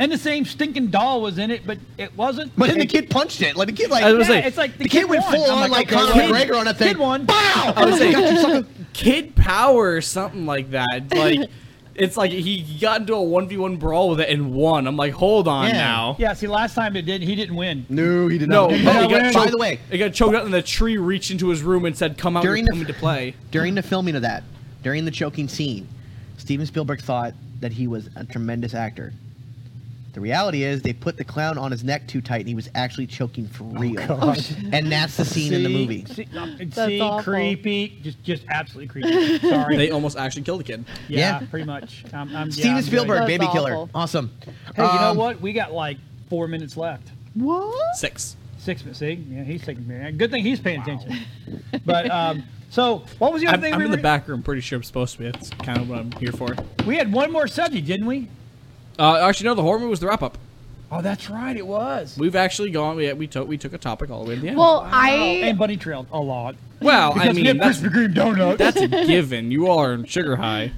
Speaker 2: And the same stinking doll was in it, but it wasn't.
Speaker 5: But then the
Speaker 2: it-
Speaker 5: kid punched it. Like the kid, like
Speaker 1: I was
Speaker 2: Yeah,
Speaker 1: like,
Speaker 2: it's like the,
Speaker 5: the kid, went
Speaker 2: won.
Speaker 5: full
Speaker 2: I'm
Speaker 5: on like,
Speaker 2: okay,
Speaker 5: Conor
Speaker 2: kid-
Speaker 5: McGregor on that thing.
Speaker 2: Kid won.
Speaker 5: Bow!
Speaker 1: I was like,
Speaker 5: Got you, sucker.
Speaker 1: kid power or something like that. Like it's like he got into a one v one brawl with it and won. I'm like, hold on
Speaker 5: Yeah.
Speaker 1: now.
Speaker 2: Yeah, see, last time it did, he didn't win.
Speaker 5: no, he did
Speaker 1: No,
Speaker 5: not.
Speaker 1: but
Speaker 5: Oh, He
Speaker 1: he
Speaker 5: did not
Speaker 1: got
Speaker 5: win.
Speaker 1: choked,
Speaker 5: by the way,
Speaker 1: he got choked out, and the tree reached into his room and said, "Come out
Speaker 5: During
Speaker 1: and
Speaker 5: the-
Speaker 1: come into play."
Speaker 5: during the filming of that, during the choking scene, Steven Spielberg thought that he was a tremendous actor. The reality is, they put the clown on his neck too tight, and he was actually choking for real. and that's the scene in the
Speaker 2: Oh, See?
Speaker 5: movie.
Speaker 2: See, That's
Speaker 3: awful.
Speaker 2: creepy, just just absolutely creepy. Sorry.
Speaker 1: They almost actually killed the kid.
Speaker 2: yeah,
Speaker 5: Yeah.
Speaker 2: pretty much. Um, I'm, yeah,
Speaker 5: Steven
Speaker 2: I'm good.
Speaker 5: Spielberg,
Speaker 3: That's
Speaker 5: baby killer,
Speaker 3: awful.
Speaker 5: awesome.
Speaker 2: Hey, you know
Speaker 5: Um,
Speaker 2: what? We got like four minutes left.
Speaker 3: What?
Speaker 1: Six.
Speaker 2: Six minutes. See, yeah, he's taking me. Good thing he's paying attention. But um, so, what was the other
Speaker 1: I'm,
Speaker 2: thing?
Speaker 1: I'm
Speaker 2: we
Speaker 1: in the
Speaker 2: were-
Speaker 1: back room. Pretty sure I'm supposed to be. That's kind of what I'm here for.
Speaker 2: We had one more subject, didn't we?
Speaker 1: Uh, actually, no. The horror movie was the wrap up.
Speaker 2: Oh, that's right, it was.
Speaker 1: We've actually gone. We we took we took a topic all the way to the end.
Speaker 3: Well,
Speaker 2: and
Speaker 3: I
Speaker 2: bunny trailed a lot.
Speaker 1: well, I
Speaker 2: Because we
Speaker 1: mean
Speaker 2: have
Speaker 1: that's
Speaker 2: Krispy Kreme donuts.
Speaker 1: that's a given. You all are in sugar high.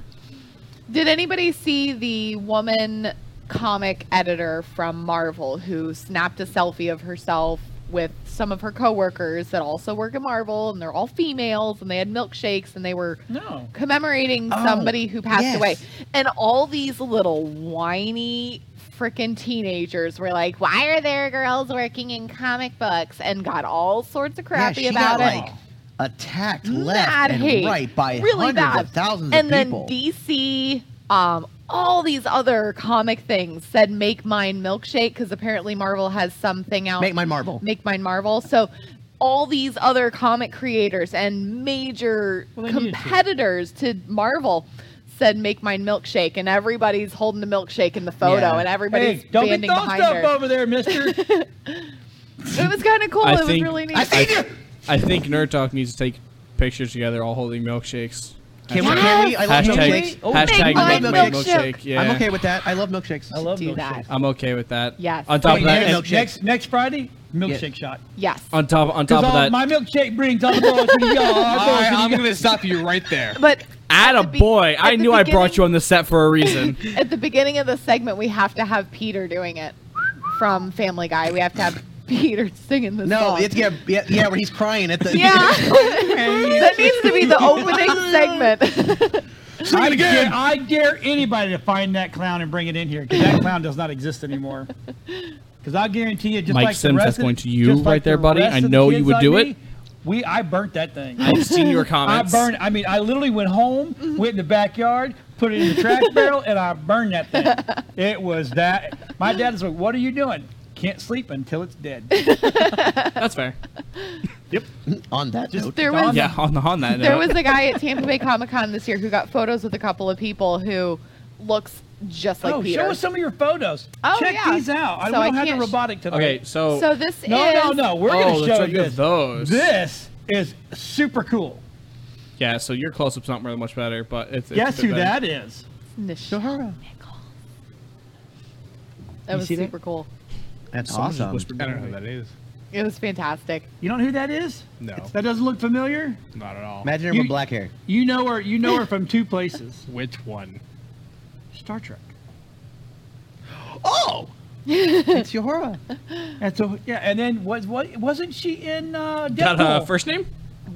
Speaker 3: did. Anybody see the woman comic editor from Marvel who snapped a selfie of herself with some of her coworkers that also work at Marvel, and they're all females, and they had milkshakes, and they were
Speaker 2: no.
Speaker 3: commemorating
Speaker 5: Oh,
Speaker 3: somebody who passed
Speaker 5: yes.
Speaker 3: away. And all these little whiny freaking teenagers were like, why are there girls working in comic books? And got all sorts of
Speaker 5: Yeah,
Speaker 3: crappy
Speaker 5: she
Speaker 3: about
Speaker 5: got,
Speaker 3: it.
Speaker 5: like attacked left
Speaker 3: Mad
Speaker 5: and
Speaker 3: hate.
Speaker 5: right by
Speaker 3: really
Speaker 5: hundreds
Speaker 3: bad.
Speaker 5: of thousands
Speaker 3: and
Speaker 5: of people.
Speaker 3: then DC, um, all these other comic things said make mine milkshake because apparently Marvel has something out.
Speaker 5: Make mine Marvel.
Speaker 3: Make mine Marvel. So all these other comic creators and major
Speaker 2: Well, they needed to.
Speaker 3: competitors to. Marvel said make mine milkshake and everybody's holding the milkshake in the photo
Speaker 5: Yeah.
Speaker 3: and everybody's
Speaker 2: Hey, don't be
Speaker 3: standing
Speaker 2: throwing
Speaker 3: behind
Speaker 2: stuff
Speaker 3: her.
Speaker 2: over there, mister.
Speaker 3: It was kind of cool.
Speaker 1: I
Speaker 3: it was
Speaker 1: think-
Speaker 3: really neat.
Speaker 5: I think you.
Speaker 1: I think Nerd Talk needs to take pictures together, all holding milkshakes.
Speaker 5: Can we?
Speaker 3: Yes!
Speaker 5: Can we? I love
Speaker 1: Hashtag,
Speaker 5: milkshakes.
Speaker 2: Oh,
Speaker 1: hashtag
Speaker 3: Make
Speaker 1: make
Speaker 3: mine
Speaker 1: my milkshake.
Speaker 3: milkshake.
Speaker 1: Yeah,
Speaker 5: I'm okay with that. I love milkshakes.
Speaker 2: I love
Speaker 3: Do that.
Speaker 2: milkshakes.
Speaker 1: I'm okay with that.
Speaker 3: Yes.
Speaker 1: On top
Speaker 5: Wait,
Speaker 1: of that,
Speaker 5: you
Speaker 1: and-
Speaker 2: next,
Speaker 5: have
Speaker 2: next next Friday, milkshake shot.
Speaker 3: yes.
Speaker 1: on top on top
Speaker 2: Because
Speaker 1: of that,
Speaker 2: my milkshake brings all the boys to the yard. boys
Speaker 4: All right,
Speaker 2: to the
Speaker 4: I'm
Speaker 2: yard.
Speaker 4: gonna stop you right there.
Speaker 3: But
Speaker 1: add a
Speaker 3: the be-
Speaker 1: boy. I
Speaker 3: at the
Speaker 1: knew I brought
Speaker 3: beginning-
Speaker 1: you on the set for a reason.
Speaker 3: At the beginning of the segment, we have to have Peter doing it from Family Guy. We have to have Peter singing the
Speaker 5: No,
Speaker 3: song.
Speaker 5: it's yeah, yeah, yeah, where he's crying at the.
Speaker 3: yeah. that needs to be the opening segment.
Speaker 2: I dare, I dare anybody to find that clown and bring it in here because that clown does not exist anymore. Because I guarantee you, just
Speaker 1: Mike
Speaker 2: like the
Speaker 1: Sims,
Speaker 2: rest
Speaker 1: that's
Speaker 2: of-
Speaker 1: going to you
Speaker 2: just like
Speaker 1: right there,
Speaker 2: the
Speaker 1: buddy.
Speaker 2: rest
Speaker 1: I
Speaker 2: of the
Speaker 1: know you
Speaker 2: kids
Speaker 1: would
Speaker 2: I
Speaker 1: do it.
Speaker 2: meet, We, I burnt that thing.
Speaker 1: I've seen your
Speaker 2: I
Speaker 1: comments.
Speaker 2: burned. I mean, I literally went home, went in the backyard, put it in the trash barrel, and I burned that thing. It was that. My dad is like, "What are you doing? Can't sleep until it's dead."
Speaker 1: That's fair.
Speaker 5: On that note,
Speaker 3: there was
Speaker 1: Yeah, on the on that
Speaker 3: there
Speaker 1: note.
Speaker 3: was a guy at Tampa Bay Comic Con this year who got photos with a couple of people who looks just like
Speaker 2: oh,
Speaker 3: Peter.
Speaker 2: show us some of your photos.
Speaker 3: Oh,
Speaker 2: Check
Speaker 3: yeah.
Speaker 2: these out. I
Speaker 3: So
Speaker 2: we
Speaker 3: I
Speaker 2: don't have the
Speaker 3: can't sh-
Speaker 2: robotic today.
Speaker 1: okay, so
Speaker 3: so this
Speaker 2: No,
Speaker 3: is
Speaker 2: no, no. We're
Speaker 1: oh,
Speaker 2: gonna
Speaker 1: that's
Speaker 2: show
Speaker 1: right,
Speaker 2: you
Speaker 1: you have
Speaker 2: this.
Speaker 1: those.
Speaker 2: This is super cool.
Speaker 1: Yeah, so your close up's not really much better, but it's, it's
Speaker 2: Guess
Speaker 1: a bit
Speaker 2: who
Speaker 1: better.
Speaker 2: that is?
Speaker 3: Nichelle Nichols. That
Speaker 5: You
Speaker 3: was
Speaker 5: see that?
Speaker 3: super cool.
Speaker 5: that's
Speaker 1: Someone just
Speaker 5: awesome.
Speaker 1: whispered
Speaker 4: I don't
Speaker 1: my
Speaker 4: know who
Speaker 1: name.
Speaker 4: that is.
Speaker 3: It was fantastic.
Speaker 2: You don't know who that is?
Speaker 4: No.
Speaker 2: That doesn't look familiar.
Speaker 4: Not at all.
Speaker 5: Imagine her
Speaker 2: You-
Speaker 5: with black hair.
Speaker 2: You know her. You know her from two places.
Speaker 4: Which one?
Speaker 2: Star Trek.
Speaker 5: Oh, it's Yohara.
Speaker 2: And so yeah, and then was what wasn't she in uh, Deadpool?
Speaker 1: Got a first name?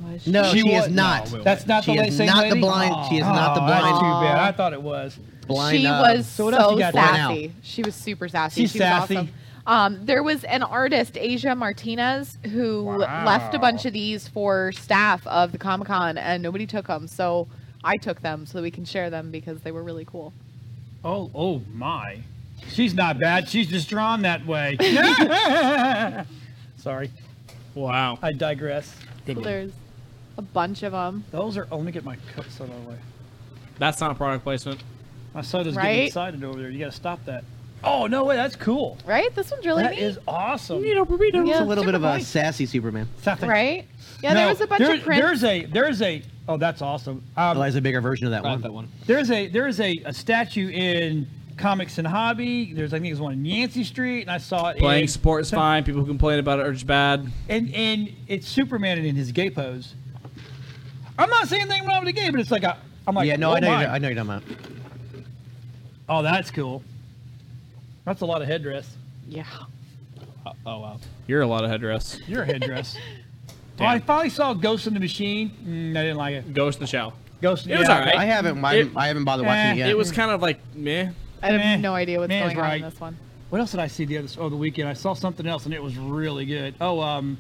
Speaker 3: Was
Speaker 5: No,
Speaker 2: She
Speaker 5: she,
Speaker 2: was-
Speaker 5: is
Speaker 2: no,
Speaker 5: not.
Speaker 4: wait,
Speaker 2: That's not
Speaker 5: She
Speaker 2: the
Speaker 5: is
Speaker 2: la- same
Speaker 5: not the
Speaker 2: lady?
Speaker 5: blind- she is not the
Speaker 2: Oh, that's
Speaker 5: blind-
Speaker 2: too bad. I thought it was.
Speaker 5: Blind.
Speaker 3: she
Speaker 5: uh,
Speaker 3: was
Speaker 2: So
Speaker 3: so,
Speaker 2: what else you got going
Speaker 3: sassy. She was super sassy.
Speaker 2: She's
Speaker 3: she
Speaker 2: sassy.
Speaker 3: was awesome. Um, there was an artist, Asia Martinez, who left a bunch of these for staff of the Comic Con, and nobody took them. So I took them so that we can share them because they were really cool.
Speaker 2: Oh oh my. She's not bad. She's just drawn that way. Sorry,
Speaker 1: Wow.
Speaker 2: I digress.
Speaker 3: So there's a bunch of them.
Speaker 2: Those are. Oh, let me get my cup soda away.
Speaker 1: That's not product placement.
Speaker 2: My soda's getting
Speaker 3: Right?
Speaker 2: excited over there. You gotta stop that. Oh no way, that's cool.
Speaker 3: Right? This one's really
Speaker 2: That
Speaker 3: neat.
Speaker 2: is awesome.
Speaker 5: It's
Speaker 3: Yeah,
Speaker 5: a little bit of
Speaker 2: Superman.
Speaker 5: a sassy Superman.
Speaker 2: Something-
Speaker 3: right? Yeah, there
Speaker 2: No,
Speaker 3: was a bunch
Speaker 2: there-
Speaker 3: of prints.
Speaker 2: There's a there's a oh that's awesome. Um,
Speaker 5: Eli's a bigger version of that one.
Speaker 2: There's a there's a, a statue in Comics and Hobby. There's I think there's one in Yancey Street, and I saw it.
Speaker 1: Playing
Speaker 2: in,
Speaker 1: support is fine. People who complain about it are just bad.
Speaker 2: And and it's Superman in his gay pose. I'm not saying anything wrong with the gay, but it's like a I'm like
Speaker 5: yeah, no,
Speaker 2: oh
Speaker 5: I know.
Speaker 2: my.
Speaker 5: You're, I know you're talking about.
Speaker 2: Oh, that's cool. That's a lot of headdress.
Speaker 3: yeah.
Speaker 4: Oh wow.
Speaker 1: You're a lot of headdress.
Speaker 2: Your headdress. oh,
Speaker 1: Damn.
Speaker 2: I finally saw Ghost in the Machine. Mm, I didn't like it.
Speaker 1: Ghost in the Shell.
Speaker 2: Ghost.
Speaker 1: It was
Speaker 2: yeah,
Speaker 1: alright.
Speaker 5: I haven't. I,
Speaker 1: It-
Speaker 5: I haven't bothered watching
Speaker 2: Eh,
Speaker 5: it yet.
Speaker 1: It was kind of like meh.
Speaker 3: I have
Speaker 2: Meh.
Speaker 3: no idea what's
Speaker 2: Meh is
Speaker 3: going
Speaker 2: right.
Speaker 3: on in this one.
Speaker 2: What else did I see the other oh the weekend? I saw something else and it was really good. Oh um,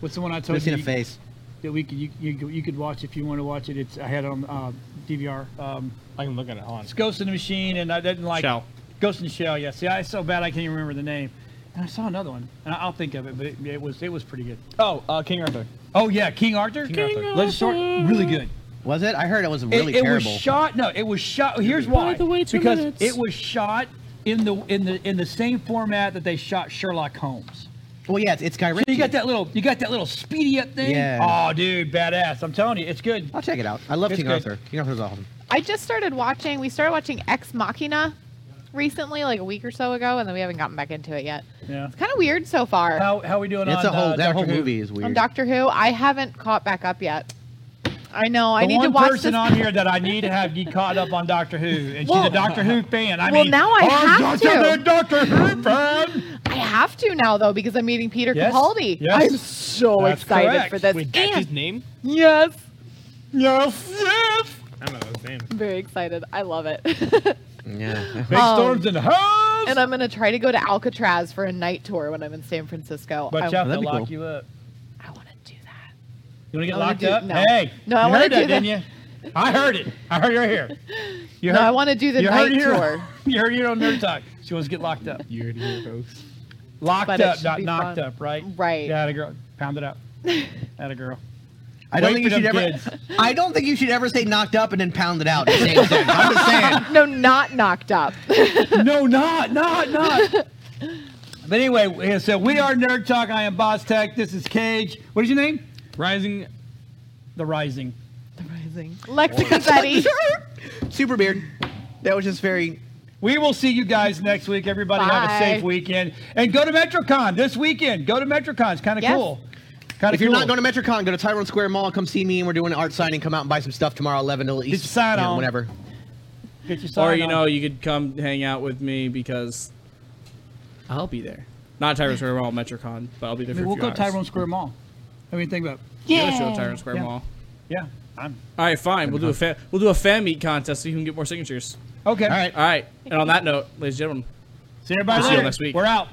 Speaker 2: what's the one I told
Speaker 5: Just
Speaker 2: you?
Speaker 5: in a face.
Speaker 2: that we could you, you, could- you could watch if you want to watch it. It's I had it on uh, DVR. Um,
Speaker 4: I can look at it. Hold on.
Speaker 2: it's Ghost in the Machine, and I didn't like
Speaker 1: Shell.
Speaker 2: Ghost in the Shell. Yeah, see, I so bad I can't even remember the name. And I saw another one, and I- I'll think of it, but it, it was it was pretty good.
Speaker 4: Oh, uh, King Arthur.
Speaker 2: Oh yeah, King Arthur.
Speaker 4: King Arthur. King
Speaker 2: Legend Short, really good.
Speaker 5: Was it? I heard it was
Speaker 2: It-
Speaker 5: really
Speaker 2: it,
Speaker 5: terrible.
Speaker 2: was shot. No, it was shot. Here's why.
Speaker 1: the way, two
Speaker 2: because
Speaker 1: minutes.
Speaker 2: it was shot in the in the in the same format that they shot Sherlock Holmes.
Speaker 5: well, yeah, it's, it's Guy
Speaker 2: So
Speaker 5: Ritchie.
Speaker 2: you got that little you got that little speedy up thing.
Speaker 5: Yeah.
Speaker 2: Oh, dude, badass! I'm telling you, it's good.
Speaker 5: I'll check it out. I love
Speaker 2: It's
Speaker 5: King
Speaker 2: good.
Speaker 5: Arthur. King Arthur's awesome.
Speaker 3: I just started watching. We started watching Ex Machina recently, like a week or so ago, and then we haven't gotten back into it yet.
Speaker 2: Yeah.
Speaker 3: It's kind of weird so far.
Speaker 2: How how we doing
Speaker 5: It's
Speaker 2: on
Speaker 5: a whole
Speaker 2: uh, Doctor
Speaker 5: that whole
Speaker 2: Who?
Speaker 5: movie is weird.
Speaker 3: on Doctor Who, I haven't caught back up yet. I know. I
Speaker 2: The
Speaker 3: need
Speaker 2: one
Speaker 3: to watch
Speaker 2: person
Speaker 3: this.
Speaker 2: on here that I need to have you caught up on Doctor Who, and she's
Speaker 3: Well-
Speaker 2: a Doctor Who fan. I
Speaker 3: well,
Speaker 2: mean,
Speaker 3: now I
Speaker 4: Oh,
Speaker 2: I'm
Speaker 3: have
Speaker 2: such a
Speaker 3: to.
Speaker 2: big Doctor Who fan.
Speaker 3: I have to now though because I'm meeting Peter
Speaker 2: Yes,
Speaker 3: Capaldi.
Speaker 2: yes.
Speaker 3: I'm so
Speaker 2: That's
Speaker 3: excited
Speaker 2: correct.
Speaker 3: for this.
Speaker 4: Wait, that's his
Speaker 3: and
Speaker 4: name?
Speaker 3: yes,
Speaker 2: yes, yes.
Speaker 4: I don't know his name.
Speaker 3: I'm very excited. I love it.
Speaker 5: Yeah.
Speaker 2: Big
Speaker 3: Um,
Speaker 2: storms in the house.
Speaker 3: and I'm gonna try to go to Alcatraz for a night tour when I'm in San Francisco.
Speaker 2: but
Speaker 3: I,
Speaker 2: y'all
Speaker 5: that'd
Speaker 2: have
Speaker 5: be
Speaker 2: to lock
Speaker 5: cool.
Speaker 2: you up.
Speaker 3: I want to do that.
Speaker 2: You want to get
Speaker 3: I wanna
Speaker 2: locked
Speaker 3: do-
Speaker 2: up?
Speaker 3: no.
Speaker 2: Hey,
Speaker 3: No, I
Speaker 2: you
Speaker 3: wanna
Speaker 2: heard
Speaker 3: do
Speaker 2: that,
Speaker 3: that.
Speaker 2: didn't you? I heard it. I heard you're here. You
Speaker 3: No, I wanna do the
Speaker 2: you heard
Speaker 3: night
Speaker 2: it here-
Speaker 3: tour.
Speaker 2: you heard here on Nerd Talk. She wants to get locked up.
Speaker 4: You heard it here, folks.
Speaker 2: Locked
Speaker 3: But it
Speaker 2: up,
Speaker 3: should
Speaker 2: not
Speaker 3: be
Speaker 2: knocked
Speaker 3: fun.
Speaker 2: up, right?
Speaker 3: Right.
Speaker 2: Yeah, had a girl. Pound it out. Had a girl.
Speaker 5: I don't
Speaker 2: Wait
Speaker 5: think you
Speaker 2: for
Speaker 5: should
Speaker 2: them
Speaker 5: ever.
Speaker 2: kids.
Speaker 5: I don't think you should ever say knocked up and then pound it out. at the same time. I'm just saying.
Speaker 3: No, not knocked up.
Speaker 2: no, not, not, not. But anyway, yeah, so we are Nerd Talk. I am Boss Tech. This is Cage. What is your name?
Speaker 4: Rising.
Speaker 2: The Rising.
Speaker 3: Lexicosetti.
Speaker 5: Super beard. That was just very.
Speaker 2: We will see you guys next week. Everybody have a
Speaker 3: Bye.
Speaker 2: safe weekend. And go to MetroCon this weekend. Go to MetroCon. It's kind of
Speaker 3: Yes.
Speaker 2: cool. Kind
Speaker 5: If you're not going to MetroCon, go to Tyrone Square Mall. Come see me, and we're doing an art signing. Come out and buy some stuff tomorrow, 11 till East.
Speaker 2: your sign
Speaker 5: you know,
Speaker 2: on.
Speaker 5: Whenever.
Speaker 2: Get your
Speaker 1: Or
Speaker 2: sign
Speaker 1: you
Speaker 2: on.
Speaker 1: know, you could come hang out with me because I'll be there. Not Tyrone Square Mall, Metrocon, but I'll be there
Speaker 2: I
Speaker 1: for
Speaker 2: mean,
Speaker 1: a
Speaker 2: we'll
Speaker 1: few
Speaker 2: go
Speaker 1: hours.
Speaker 2: Tyrone Square Mall. I mean, think about it.
Speaker 1: Yeah. show at Tyrone Square
Speaker 2: Yeah.
Speaker 1: Mall.
Speaker 2: Yeah. I'm,
Speaker 1: All right, fine. We'll do a fan. We'll do a fan meet contest so you can get more signatures.
Speaker 2: okay.
Speaker 5: All right.
Speaker 1: All right. And on that note, ladies and gentlemen,
Speaker 2: See everybody
Speaker 1: We'll see you
Speaker 2: later.
Speaker 1: next week.
Speaker 2: We're out.